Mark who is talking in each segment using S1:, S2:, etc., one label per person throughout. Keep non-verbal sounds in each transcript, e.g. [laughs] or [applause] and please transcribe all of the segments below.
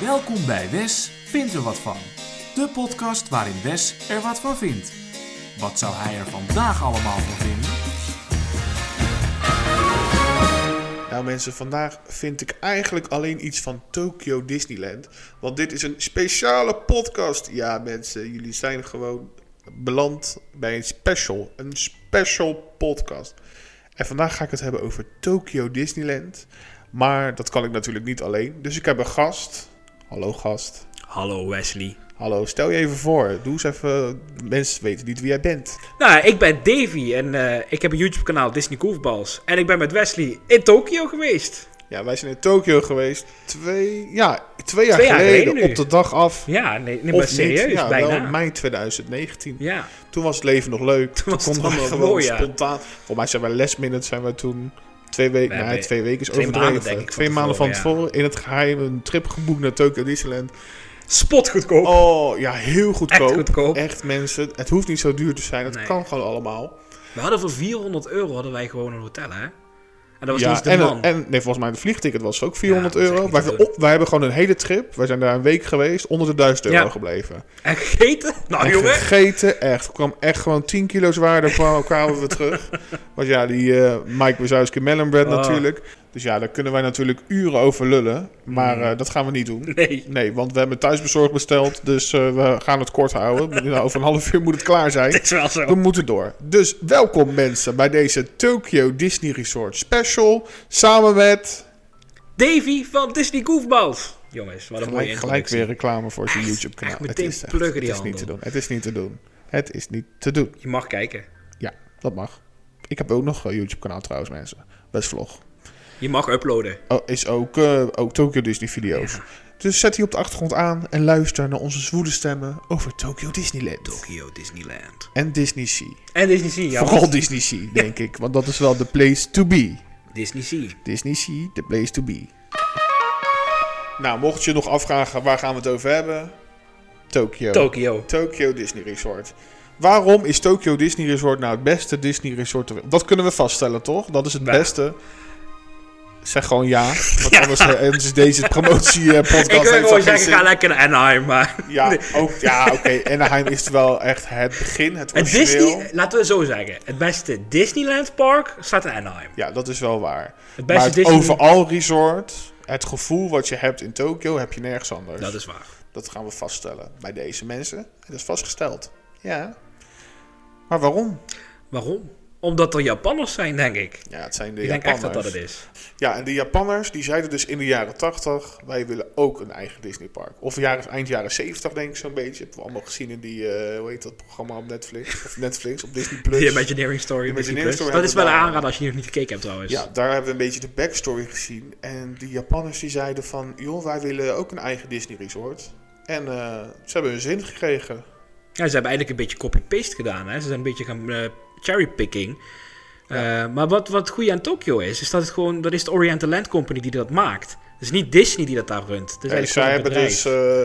S1: Welkom bij Wes vindt er wat van. De podcast waarin Wes er wat van vindt. Wat zou hij er vandaag allemaal van vinden?
S2: Nou mensen, vandaag vind ik eigenlijk alleen iets van Tokyo Disneyland. Want dit is een speciale podcast. Ja mensen, jullie zijn gewoon beland bij een special. Een special podcast. En vandaag ga ik het hebben over Tokyo Disneyland. Maar dat kan ik natuurlijk niet alleen. Dus ik heb een gast. Hallo gast.
S3: Hallo Wesley.
S2: Hallo, stel je even voor. Doe eens even, mensen weten niet wie jij bent.
S3: Nou, ik ben Davy en eh, ik heb een YouTube kanaal Disney Goofballs. En ik ben met Wesley in Tokio geweest.
S2: Ja, wij zijn in Tokyo geweest. Twee, ja, twee jaar,
S3: Twee jaar
S2: geleden,
S3: geleden nu.
S2: op de dag af.
S3: Ja, nee, nee maar
S2: Of
S3: serieus,
S2: niet. Ja,
S3: bijna.
S2: wel in mei 2019.
S3: Ja,
S2: Toen was het leven nog leuk. Toen,
S3: was het
S2: konden we
S3: allemaal
S2: gewoon
S3: mooi, ja.
S2: spontaan. Volgens mij zijn we last minute zijn we toen twee weken,
S3: We
S2: nou,
S3: hebben
S2: twee weken is
S3: twee maanden,
S2: overdreven.
S3: denk ik, van
S2: twee maanden van
S3: tevoren,
S2: tevoren in het geheim een trip geboekt naar Tokyo Disneyland.
S3: spot goedkoop.
S2: Oh ja, heel goedkoop.
S3: Echt goedkoop.
S2: Echt mensen, het hoeft niet zo duur te zijn. Het
S3: Nee.
S2: kan gewoon allemaal.
S3: We hadden voor 400 euro hadden wij gewoon een hotel, hè? En dat was
S2: ja,
S3: niet de
S2: en,
S3: man.
S2: en nee, volgens mij de vliegticket was ook 400
S3: Ja, dat is echt
S2: euro.
S3: niet
S2: Wij,
S3: te
S2: hebben
S3: doen.
S2: op, wij hebben gewoon een hele trip. Wij zijn daar een week geweest, onder de 1000 euro
S3: Ja.
S2: gebleven.
S3: En gegeten? Nou,
S2: En
S3: jongen.
S2: gegeten, echt. Er kwam echt gewoon 10 kilo's waarde kwam- kwamen we terug. Want ja, die eh, Mike Wazowski Melon Bread
S3: Oh.
S2: natuurlijk. Dus ja, daar kunnen wij natuurlijk uren over lullen. Maar
S3: Mm.
S2: eh, dat gaan we niet doen.
S3: Nee.
S2: Nee, want we hebben thuisbezorgd besteld. Dus eh, we gaan het kort houden. [laughs] Nou, over een half uur moet het klaar zijn.
S3: Het [laughs] is wel
S2: We
S3: zo.
S2: moeten door. Dus welkom mensen bij deze Tokyo Disney Resort Special. Samen met...
S3: Davy van Disney Goofballs. Jongens, wat een mooie
S2: Gelijk, gelijk
S3: introductie.
S2: weer reclame voor zijn
S3: Echt,
S2: YouTube kanaal.
S3: echt meteen
S2: het is, echt-
S3: pluggen die
S2: het is niet te
S3: handel.
S2: doen. Het is niet te doen. Het is niet te doen.
S3: Je mag kijken.
S2: Ja, dat mag. Ik heb ook nog een YouTube-kanaal trouwens, mensen. Best vlog.
S3: Je mag uploaden.
S2: Oh, is ook, eh, ook Tokyo Disney video's. Dus zet die op de achtergrond aan en luister naar onze zwoede stemmen over Tokyo Disneyland.
S3: Tokyo Disneyland.
S2: En Disney Sea.
S3: En Disney Sea, [laughs] ja.
S2: Vooral Disney Sea, denk ik. Want dat is wel de place to be.
S3: Disney Sea.
S2: Disney Sea, the place to be. Nou, mocht je nog afvragen waar gaan we het over hebben? Tokyo.
S3: Tokio.
S2: Tokyo Disney Resort. Waarom is Tokyo Disney Resort nou het beste Disney Resort ter wereld? Dat kunnen we vaststellen, toch? Dat is het
S3: Ja.
S2: beste. Zeg gewoon ja. Want anders eh, anders is
S3: [laughs]
S2: deze eh, promotie-podcast...
S3: Ik wil gewoon zeggen, ga lekker naar Anaheim, maar...
S2: Ja, ook, ja oké. Anaheim is wel echt het begin, het
S3: Het
S2: origineel.
S3: Disney, laten we zo zeggen, het beste Disneyland park staat in Anaheim.
S2: Ja, dat is wel waar.
S3: Het
S2: Maar
S3: beste
S2: het
S3: Disney,
S2: overal resort... Het gevoel wat je hebt in Tokyo heb je nergens anders.
S3: dat is waar.
S2: Dat gaan we vaststellen bij deze mensen. Dat is vastgesteld. Ja. Maar waarom?
S3: Waarom? Omdat er Japanners zijn, denk ik.
S2: Ja, het zijn de
S3: ik denk
S2: Japanners.
S3: echt dat dat het is.
S2: Ja, en die Japanners die zeiden dus in de jaren 80, wij willen ook een eigen Disneypark. Of jaren, eind jaren 70 denk ik zo'n beetje. Hebben we allemaal gezien in die, eh, hoe heet dat programma op Netflix?
S3: [laughs]
S2: Of Netflix, op Disney+. Plus.
S3: De Imagineering Story.
S2: Imagineering
S3: Disney Plus.
S2: Story
S3: dat is wel een
S2: hebben we
S3: aanrader als je die nog niet gekeken hebt trouwens.
S2: Ja, daar hebben we een beetje de backstory gezien. En die Japanners die zeiden van, joh, wij willen ook een eigen Disney resort. En eh, ze hebben hun zin gekregen.
S3: Ja, ze hebben eigenlijk een beetje copy-paste gedaan. Hè? Ze zijn een beetje gaan eh, cherrypicking. Eh, maar wat, wat goed aan Tokyo is, is dat het gewoon, dat is de Oriental Land Company die dat maakt. Dus niet Disney die dat daar runt. Het is
S2: En
S3: eigenlijk
S2: zij
S3: gewoon een
S2: hebben
S3: bedrijf.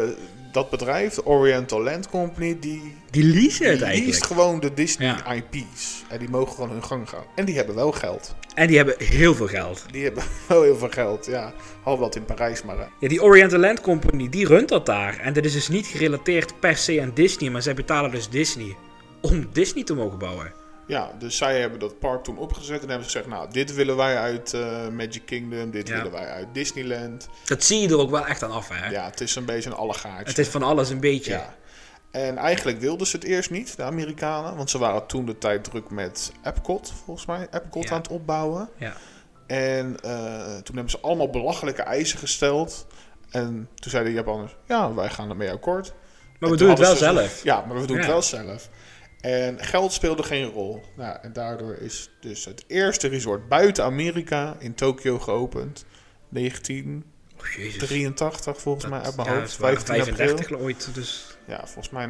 S2: dus eh, dat bedrijf, de Oriental Land Company, die
S3: die leasen het
S2: die leest
S3: eigenlijk.
S2: gewoon de Disney
S3: Ja.
S2: IP's. En die mogen gewoon hun gang gaan. En die hebben wel geld.
S3: En die hebben heel veel geld.
S2: Die hebben [laughs] wel heel veel geld, ja. Half wat in Parijs, maar... eh,
S3: Ja, die Oriental Land Company, die runt dat daar. En dat is dus niet gerelateerd per se aan Disney, maar zij betalen dus Disney om Disney te mogen bouwen.
S2: Ja, dus zij hebben dat park toen opgezet en hebben gezegd... Nou, dit willen wij uit eh, Magic Kingdom, dit
S3: Ja.
S2: willen wij uit Disneyland.
S3: Dat zie je er ook wel echt aan af, hè?
S2: Ja, het is een beetje een allegaartje.
S3: Het is van alles een beetje.
S2: Ja. En eigenlijk wilden ze het eerst niet, de Amerikanen. Want ze waren toen de tijd druk met Epcot, volgens mij. Epcot
S3: Ja.
S2: aan het opbouwen.
S3: Ja.
S2: En eh, toen hebben ze allemaal belachelijke eisen gesteld. En toen zeiden de Japanners, ja, wij gaan ermee akkoord.
S3: Maar we
S2: En
S3: doen
S2: toen
S3: het wel
S2: hadden ze-
S3: zelf.
S2: Ja, maar we doen het
S3: Ja.
S2: wel zelf. En geld speelde geen rol. Nou, en daardoor is dus het eerste resort buiten Amerika in Tokio geopend. 1983
S3: Oh, jezus.
S2: volgens mij uit
S3: Dat-
S2: mijn
S3: ja,
S2: hoofd.
S3: ze waren
S2: 15 april.
S3: 35 ooit, dus...
S2: Ja, volgens mij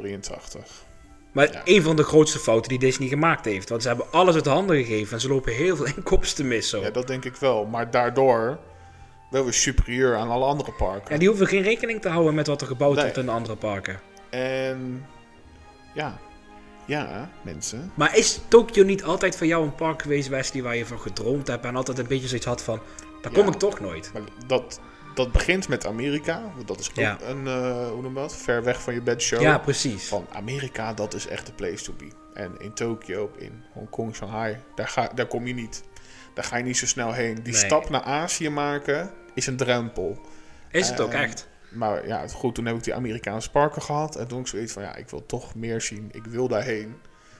S2: 1983.
S3: Maar
S2: Ja.
S3: een van de grootste fouten die Disney gemaakt heeft. Want ze hebben alles uit de handen gegeven en ze lopen heel veel [laughs] inkomsten mis zo.
S2: Ja, dat denk ik wel. Maar daardoor wel weer superieur aan alle andere parken.
S3: En die hoeven geen rekening te houden met wat er gebouwd
S2: Nee.
S3: wordt in de andere parken.
S2: En ja, ja, mensen.
S3: Maar is Tokio niet altijd voor jou een park geweest, Wesley, waar je van gedroomd hebt en altijd een beetje zoiets had van, daar kom
S2: Ja.
S3: ik toch nooit?
S2: Maar dat, dat begint met Amerika. Want dat is ook
S3: Ja.
S2: een, eh, hoe noem je dat? Ver weg van je bed show.
S3: Ja, precies.
S2: Van Amerika, dat is echt de place to be. En in Tokio, in Hongkong, Shanghai, daar, ga, daar kom je niet. Daar ga je niet zo snel heen. Die
S3: Nee.
S2: stap naar Azië maken is een drempel.
S3: Is het ook
S2: Eh,
S3: echt?
S2: Maar ja, het- goed, toen heb ik die Amerikaanse parken gehad. En toen ik zoiets van, ja, ik wil toch meer zien. Ik wil daarheen.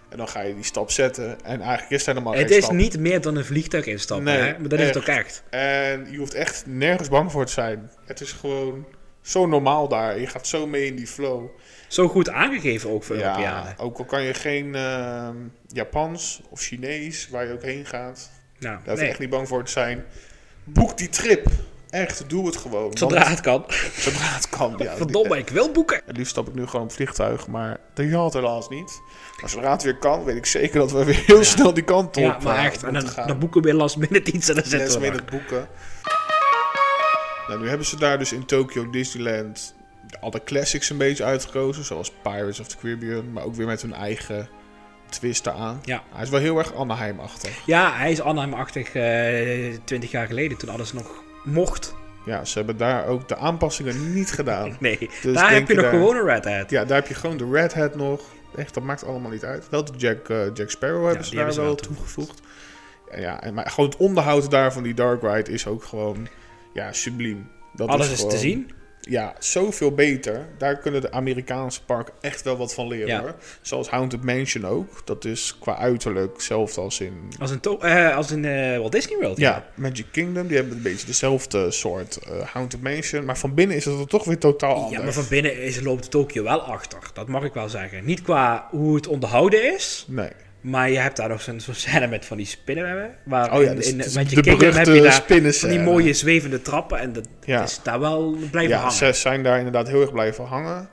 S2: En dan ga je die stap zetten. En eigenlijk is daar normaal
S3: Het
S2: geen
S3: is
S2: stap.
S3: niet meer dan een vliegtuig instappen,
S2: Nee,
S3: hè? maar dat is het ook echt.
S2: En je hoeft echt nergens bang voor te zijn. Het is gewoon zo normaal daar. Je gaat zo mee in die flow.
S3: Zo goed aangegeven ook voor Europeanen.
S2: ook al kan je geen ehm, Japans of Chinees, waar je ook heen gaat.
S3: Nou,
S2: Daar hoef je
S3: nee.
S2: echt niet bang voor te zijn. Boek die trip. Echt, doe het gewoon.
S3: Zodra het kan.
S2: Want- zodra het kan. Ja, eh,
S3: Verdomme, ik wil boeken.
S2: Het liefst stap ik nu gewoon op vliegtuig, maar dat had helaas niet. Maar zodra het weer kan, weet ik zeker dat we weer heel snel die kant op
S3: Ja, maar
S2: eh,
S3: echt. En
S2: moeten
S3: dan,
S2: gaan.
S3: dan boeken we weer last minute iets en dan
S2: Last
S3: zitten we
S2: minute
S3: er.
S2: boeken. Nou, nu hebben ze daar dus in Tokyo Disneyland alle classics een beetje uitgekozen. Zoals Pirates of the Caribbean, maar ook weer met hun eigen twist eraan.
S3: Ja.
S2: Hij is wel heel erg Anaheim-achtig.
S3: Ja, hij is Anaheim-achtig eh, 20 jaar geleden toen alles nog mocht.
S2: Ja, ze hebben daar ook de aanpassingen niet gedaan.
S3: Nee,
S2: Dus
S3: daar
S2: denk
S3: heb
S2: je
S3: je nog
S2: daar-
S3: gewoon een Red Hat.
S2: Ja, daar heb je gewoon de Red Hat nog. Echt, dat maakt allemaal niet uit. Wel de Jack, eh, Jack Sparrow hebben
S3: die
S2: ze daar
S3: hebben ze
S2: wel
S3: wel
S2: toegevoegd. Ja, ja, en- maar gewoon het onderhoud daar van die Dark Ride is ook gewoon ja, subliem. Dat
S3: Alles is te
S2: gewoon-
S3: zien.
S2: ja, zoveel beter. Daar kunnen de Amerikaanse parken echt wel wat van leren.
S3: Ja.
S2: Hoor. Zoals Haunted Mansion ook. Dat is qua uiterlijk hetzelfde als in...
S3: Als in, to- eh, als in eh, Walt Disney World.
S2: Ja, Magic Kingdom. Die hebben een beetje dezelfde soort eh, Haunted Mansion. Maar van binnen is het dan toch weer totaal anders.
S3: Ja, maar van binnen is, loopt Tokio wel achter. Dat mag ik wel zeggen. Niet qua hoe het onderhouden is.
S2: Nee.
S3: Maar je hebt daar nog zo'n zo'n scène met van die spinnenwebben. Waar
S2: Oh ja,
S3: in,
S2: dus
S3: in,
S2: het is
S3: Magic
S2: de
S3: Kingdom heb
S2: beruchte
S3: je daar van
S2: spinnenscène.
S3: die mooie zwevende trappen. En dat
S2: Ja.
S3: is daar wel blijven
S2: ja,
S3: hangen.
S2: ze zijn daar inderdaad heel erg blijven hangen.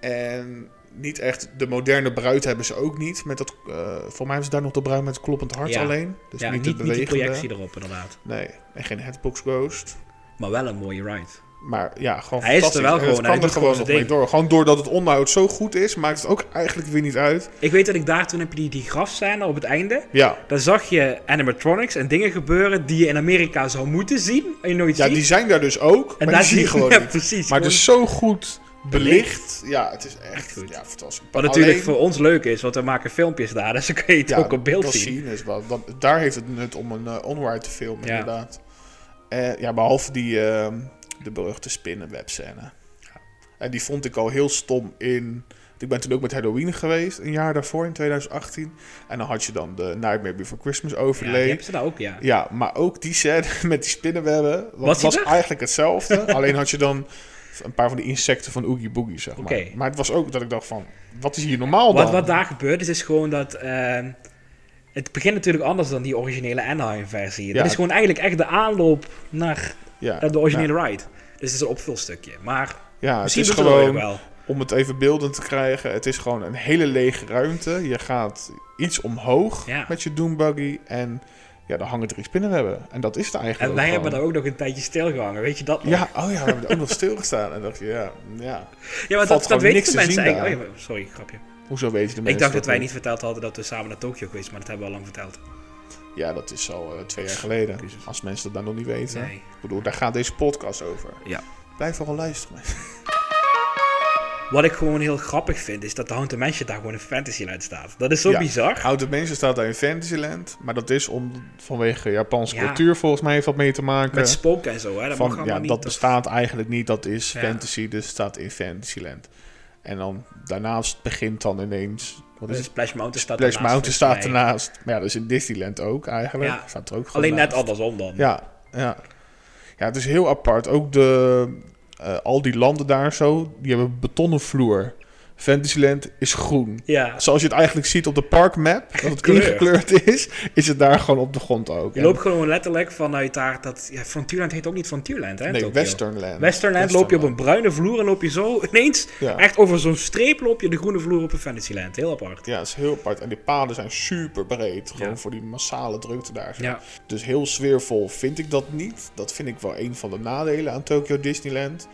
S2: En niet echt... De moderne bruid hebben ze ook niet. Met dat, eh volgens mij hebben ze daar nog de bruid met het kloppend hart
S3: Ja.
S2: alleen. Dus
S3: ja,
S2: niet,
S3: niet,
S2: de
S3: niet, die
S2: bewegende.
S3: projectie erop inderdaad.
S2: nee, en geen Headbox Ghost.
S3: Maar wel een mooie ride.
S2: Maar ja, gewoon
S3: Hij is er
S2: fantastisch.
S3: wel
S2: En
S3: gewoon,
S2: Het kan
S3: hij
S2: er
S3: doet
S2: gewoon nog
S3: gewoon zijn
S2: mee door. Gewoon doordat het onderhoud zo goed is, maakt het ook eigenlijk weer niet uit.
S3: Ik weet dat ik daar toen heb je die, die grafscène op het einde.
S2: Ja,
S3: Daar zag je animatronics en dingen gebeuren die je in Amerika zou moeten zien. En je nooit
S2: ja
S3: ziet.
S2: die zijn daar dus ook,
S3: en
S2: maar die zie je
S3: je- [laughs]
S2: gewoon
S3: ja,
S2: niet.
S3: precies.
S2: Maar dus het
S3: gewoon-
S2: is zo goed belicht. Ja, het is
S3: Echt
S2: echt
S3: goed.
S2: ja, fantastisch.
S3: Wat natuurlijk
S2: Alleen-
S3: voor ons leuk is, want we maken filmpjes daar. Dus dan kun je het
S2: [laughs] ja,
S3: ook op beeld
S2: dat
S3: zien.
S2: is wel, dat, daar heeft het nut om een eh onwaar te filmen,
S3: Ja.
S2: inderdaad. Eh, ja, behalve die, ehm de beruchte spinnenwebscène. En die vond ik al heel stom in... Ik ben toen ook met Halloween geweest, een jaar daarvoor, in 2018. En dan had je dan de Nightmare Before Christmas
S3: Ja, die
S2: overlay. Ja,
S3: hebben ze daar ook, ja.
S2: maar ook die scène [laughs] met die spinnenwebben. want
S3: Was
S2: het was
S3: die er?
S2: eigenlijk
S3: [laughs]
S2: hetzelfde. alleen had je dan een paar van die insecten van Oogie Boogie, zeg maar.
S3: Oké.
S2: Maar het was ook dat ik dacht van, wat is hier normaal dan?
S3: Wat, wat daar gebeurt is, is gewoon dat... ehm, het begint natuurlijk anders dan die originele Anaheim-versie.
S2: Ja.
S3: Dit is gewoon eigenlijk echt de aanloop naar
S2: ja.
S3: eh, de originele ride. Dus het is een opvulstukje. Maar
S2: Ja, het
S3: misschien
S2: is
S3: doet het gewoon...
S2: gewoon...
S3: wel.
S2: om het even beeldend te krijgen, het is gewoon een hele lege ruimte. Je gaat iets omhoog
S3: Ja.
S2: met je doombuggy en ja, daar hangen drie spinnenwebben. En dat is het eigenlijk
S3: En wij
S2: ook
S3: hebben daar
S2: gewoon.
S3: ook nog een tijdje stilgehangen, weet je dat nog?
S2: Ja, oh ja, we hebben er ook nog stilgestaan. En dacht je, ja, ja.
S3: Ja, maar
S2: Valt
S3: dat,
S2: gewoon
S3: dat weten
S2: niks
S3: de
S2: te
S3: mensen
S2: zien
S3: eigenlijk. Oh, ja, sorry, grapje.
S2: Hoezo weten de mensen
S3: ik dacht dat wij niet verteld hadden dat we samen naar Tokio geweest, maar dat hebben we al lang verteld.
S2: Ja, dat is al eh, twee jaar geleden.
S3: Jezus.
S2: Als mensen dat dan nog niet weten.
S3: Nee.
S2: Ik bedoel, daar gaat deze podcast over.
S3: Ja.
S2: Blijf vooral luisteren.
S3: Wat ik gewoon heel grappig vind, is dat de Haunted Mansion daar gewoon een fantasyland staat. Dat is zo
S2: Ja. [laughs]
S3: bizar.
S2: Oude mensen staat daar in Fantasyland. Maar dat is om, vanwege Japanse
S3: Ja.
S2: cultuur volgens mij heeft dat mee te maken.
S3: Met spoken en zo, hè. Dat
S2: Van,
S3: mag allemaal
S2: ja,
S3: niet.
S2: dat
S3: toch?
S2: bestaat eigenlijk niet. Dat is
S3: Ja.
S2: fantasy, dus staat in Fantasyland. En dan daarnaast begint dan ineens... Wat is
S3: Dus
S2: het?
S3: Splash Mountain staat
S2: Splash
S3: ernaast,
S2: Mountain staat
S3: volgens mij.
S2: ernaast. Maar ja, dat is in Disneyland ook eigenlijk.
S3: Ja.
S2: Staat er ook gewoon
S3: Alleen net
S2: naast.
S3: andersom dan.
S2: Ja, ja. Ja, het is heel apart. Ook de, eh, al die landen daar zo, die hebben een betonnen vloer. Fantasyland is groen.
S3: Ja.
S2: Zoals je het eigenlijk ziet op de
S3: [laughs]
S2: parkmap, dat het ingekleurd is, is het daar gewoon op de grond ook.
S3: Je
S2: En-
S3: loopt gewoon letterlijk vanuit daar dat... Ja, Frontierland heet ook niet Frontierland, hè? in
S2: nee,
S3: Tokio.
S2: Westernland.
S3: Westernland loop je op een bruine vloer en loop je zo [laughs] ineens...
S2: Ja.
S3: Echt over zo'n streep loop je de groene vloer op een fantasyland. Heel apart.
S2: Ja, het is heel apart. En die paden zijn super breed. Gewoon
S3: Ja.
S2: voor die massale drukte daar. zo.
S3: Ja.
S2: Dus heel sfeervol vind ik dat niet. Dat vind ik wel een van de nadelen aan Tokyo Disneyland.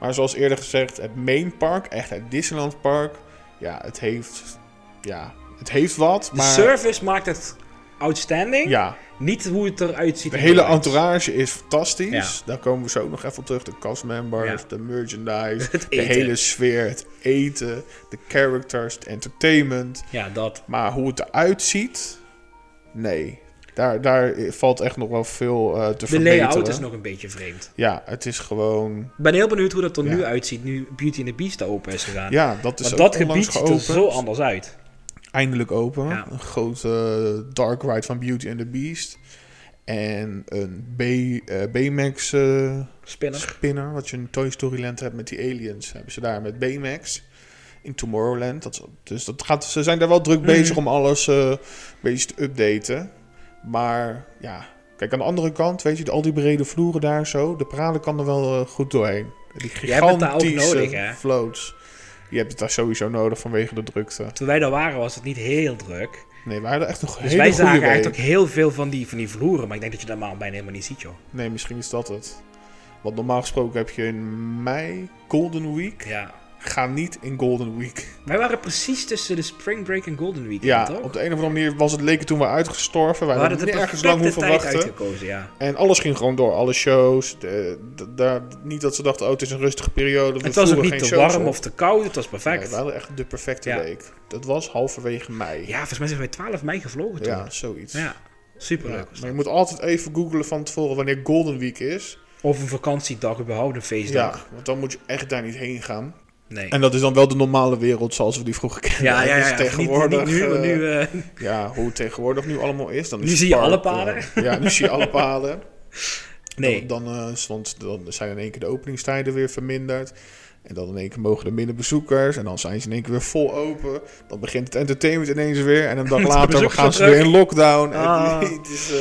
S2: Maar zoals eerder gezegd, het main park, echt het Disneyland park. Ja, het heeft, ja, het heeft wat.
S3: De
S2: maar
S3: service maakt het outstanding.
S2: Ja,
S3: Niet hoe het eruit ziet.
S2: de
S3: in
S2: hele
S3: beeld.
S2: entourage is fantastisch.
S3: Ja.
S2: Daar komen we zo nog even op terug. De castmembers,
S3: Ja.
S2: de merchandise,
S3: [laughs] Het
S2: de
S3: eten.
S2: hele sfeer, het eten, de characters, het entertainment.
S3: Ja, dat.
S2: Maar hoe het eruit ziet, nee. Daar, daar valt echt nog wel veel eh, te
S3: De
S2: verbeteren.
S3: layout is nog een beetje vreemd.
S2: Ja, het is gewoon...
S3: Ik ben heel benieuwd hoe dat er
S2: Ja.
S3: nu uitziet nu Beauty and the Beast daar open is gegaan.
S2: Ja, dat is
S3: Want
S2: ook onlangs
S3: dat gebied ziet er
S2: geopend.
S3: zo anders uit.
S2: eindelijk open.
S3: Ja.
S2: Een grote dark ride van Beauty and the Beast. En een B, eh, Baymax eh,
S3: Spinner.
S2: spinner, wat je in Toy Story Land hebt met die aliens. Hebben ze daar met Baymax in Tomorrowland. Dat, is- dus dat gaat, ze zijn daar wel druk
S3: Mm.
S2: bezig om alles eh, een beetje te updaten. Maar ja, kijk aan de andere kant, weet je, al die brede vloeren daar zo. De pralen kan er wel eh, goed doorheen. Die
S3: Jij hebt het daar ook nodig,
S2: gigantische
S3: hè?
S2: floats. Je hebt het daar sowieso nodig vanwege de drukte.
S3: Toen wij daar waren was het niet heel druk.
S2: Nee, we hadden echt nog
S3: Dus
S2: hele
S3: wij
S2: goede
S3: zagen
S2: week.
S3: eigenlijk ook heel veel van die, van die vloeren. Maar ik denk dat je dat maar bijna helemaal niet ziet, joh.
S2: Nee, misschien is dat het. Want normaal gesproken heb je in mei Golden Week.
S3: Ja.
S2: Ga niet in Golden Week.
S3: Wij waren precies tussen de Spring Break en Golden Week,
S2: Ja,
S3: toch?
S2: op de een of andere manier was het leken toen we uitgestorven. Wij
S3: We hadden
S2: hadden
S3: de
S2: nergens lang
S3: perfecte
S2: hoeven
S3: tijd
S2: wachten.
S3: uitgekozen, ja.
S2: En alles ging gewoon door. Alle shows. De, de- daar- niet dat ze dachten, oh, het is een rustige periode. we
S3: Het was ook
S2: voeren
S3: niet
S2: geen
S3: te
S2: shows
S3: warm
S2: op.
S3: of te koud, het was perfect.
S2: Nee, we hadden echt de perfecte
S3: Ja.
S2: week. Dat was halverwege mei.
S3: Ja, volgens mij zijn wij 12 mei gevlogen toen.
S2: Ja,
S3: Ja,
S2: zoiets. Ja,
S3: superleuk. was
S2: maar je
S3: dat.
S2: moet altijd even googlen van tevoren wanneer Golden Week is.
S3: Of een vakantiedag, überhaupt een feestdag.
S2: Ja, want dan moet je echt daar niet heen gaan.
S3: Nee.
S2: En dat is dan wel de normale wereld zoals we die vroeger kenden.
S3: ja, ja, ja.
S2: Dus
S3: ja.
S2: tegenwoordig,
S3: niet, niet nu, maar nu...
S2: eh,
S3: eh,
S2: ja, hoe het tegenwoordig nu allemaal is. Dan
S3: Nu
S2: is het
S3: zie je
S2: park,
S3: alle
S2: eh,
S3: paden.
S2: ja, nu zie je alle paden.
S3: nee.
S2: Dan, dan, eh, is- want dan zijn in één keer de openingstijden weer verminderd. En dan in één keer mogen er minder bezoekers. En dan zijn ze in één keer weer vol open. Dan begint het entertainment ineens weer. En een
S3: [laughs]
S2: dag
S3: De
S2: later
S3: bezoekers
S2: gaan ze
S3: terug.
S2: weer in lockdown. En
S3: Ah.
S2: [laughs] het is, eh,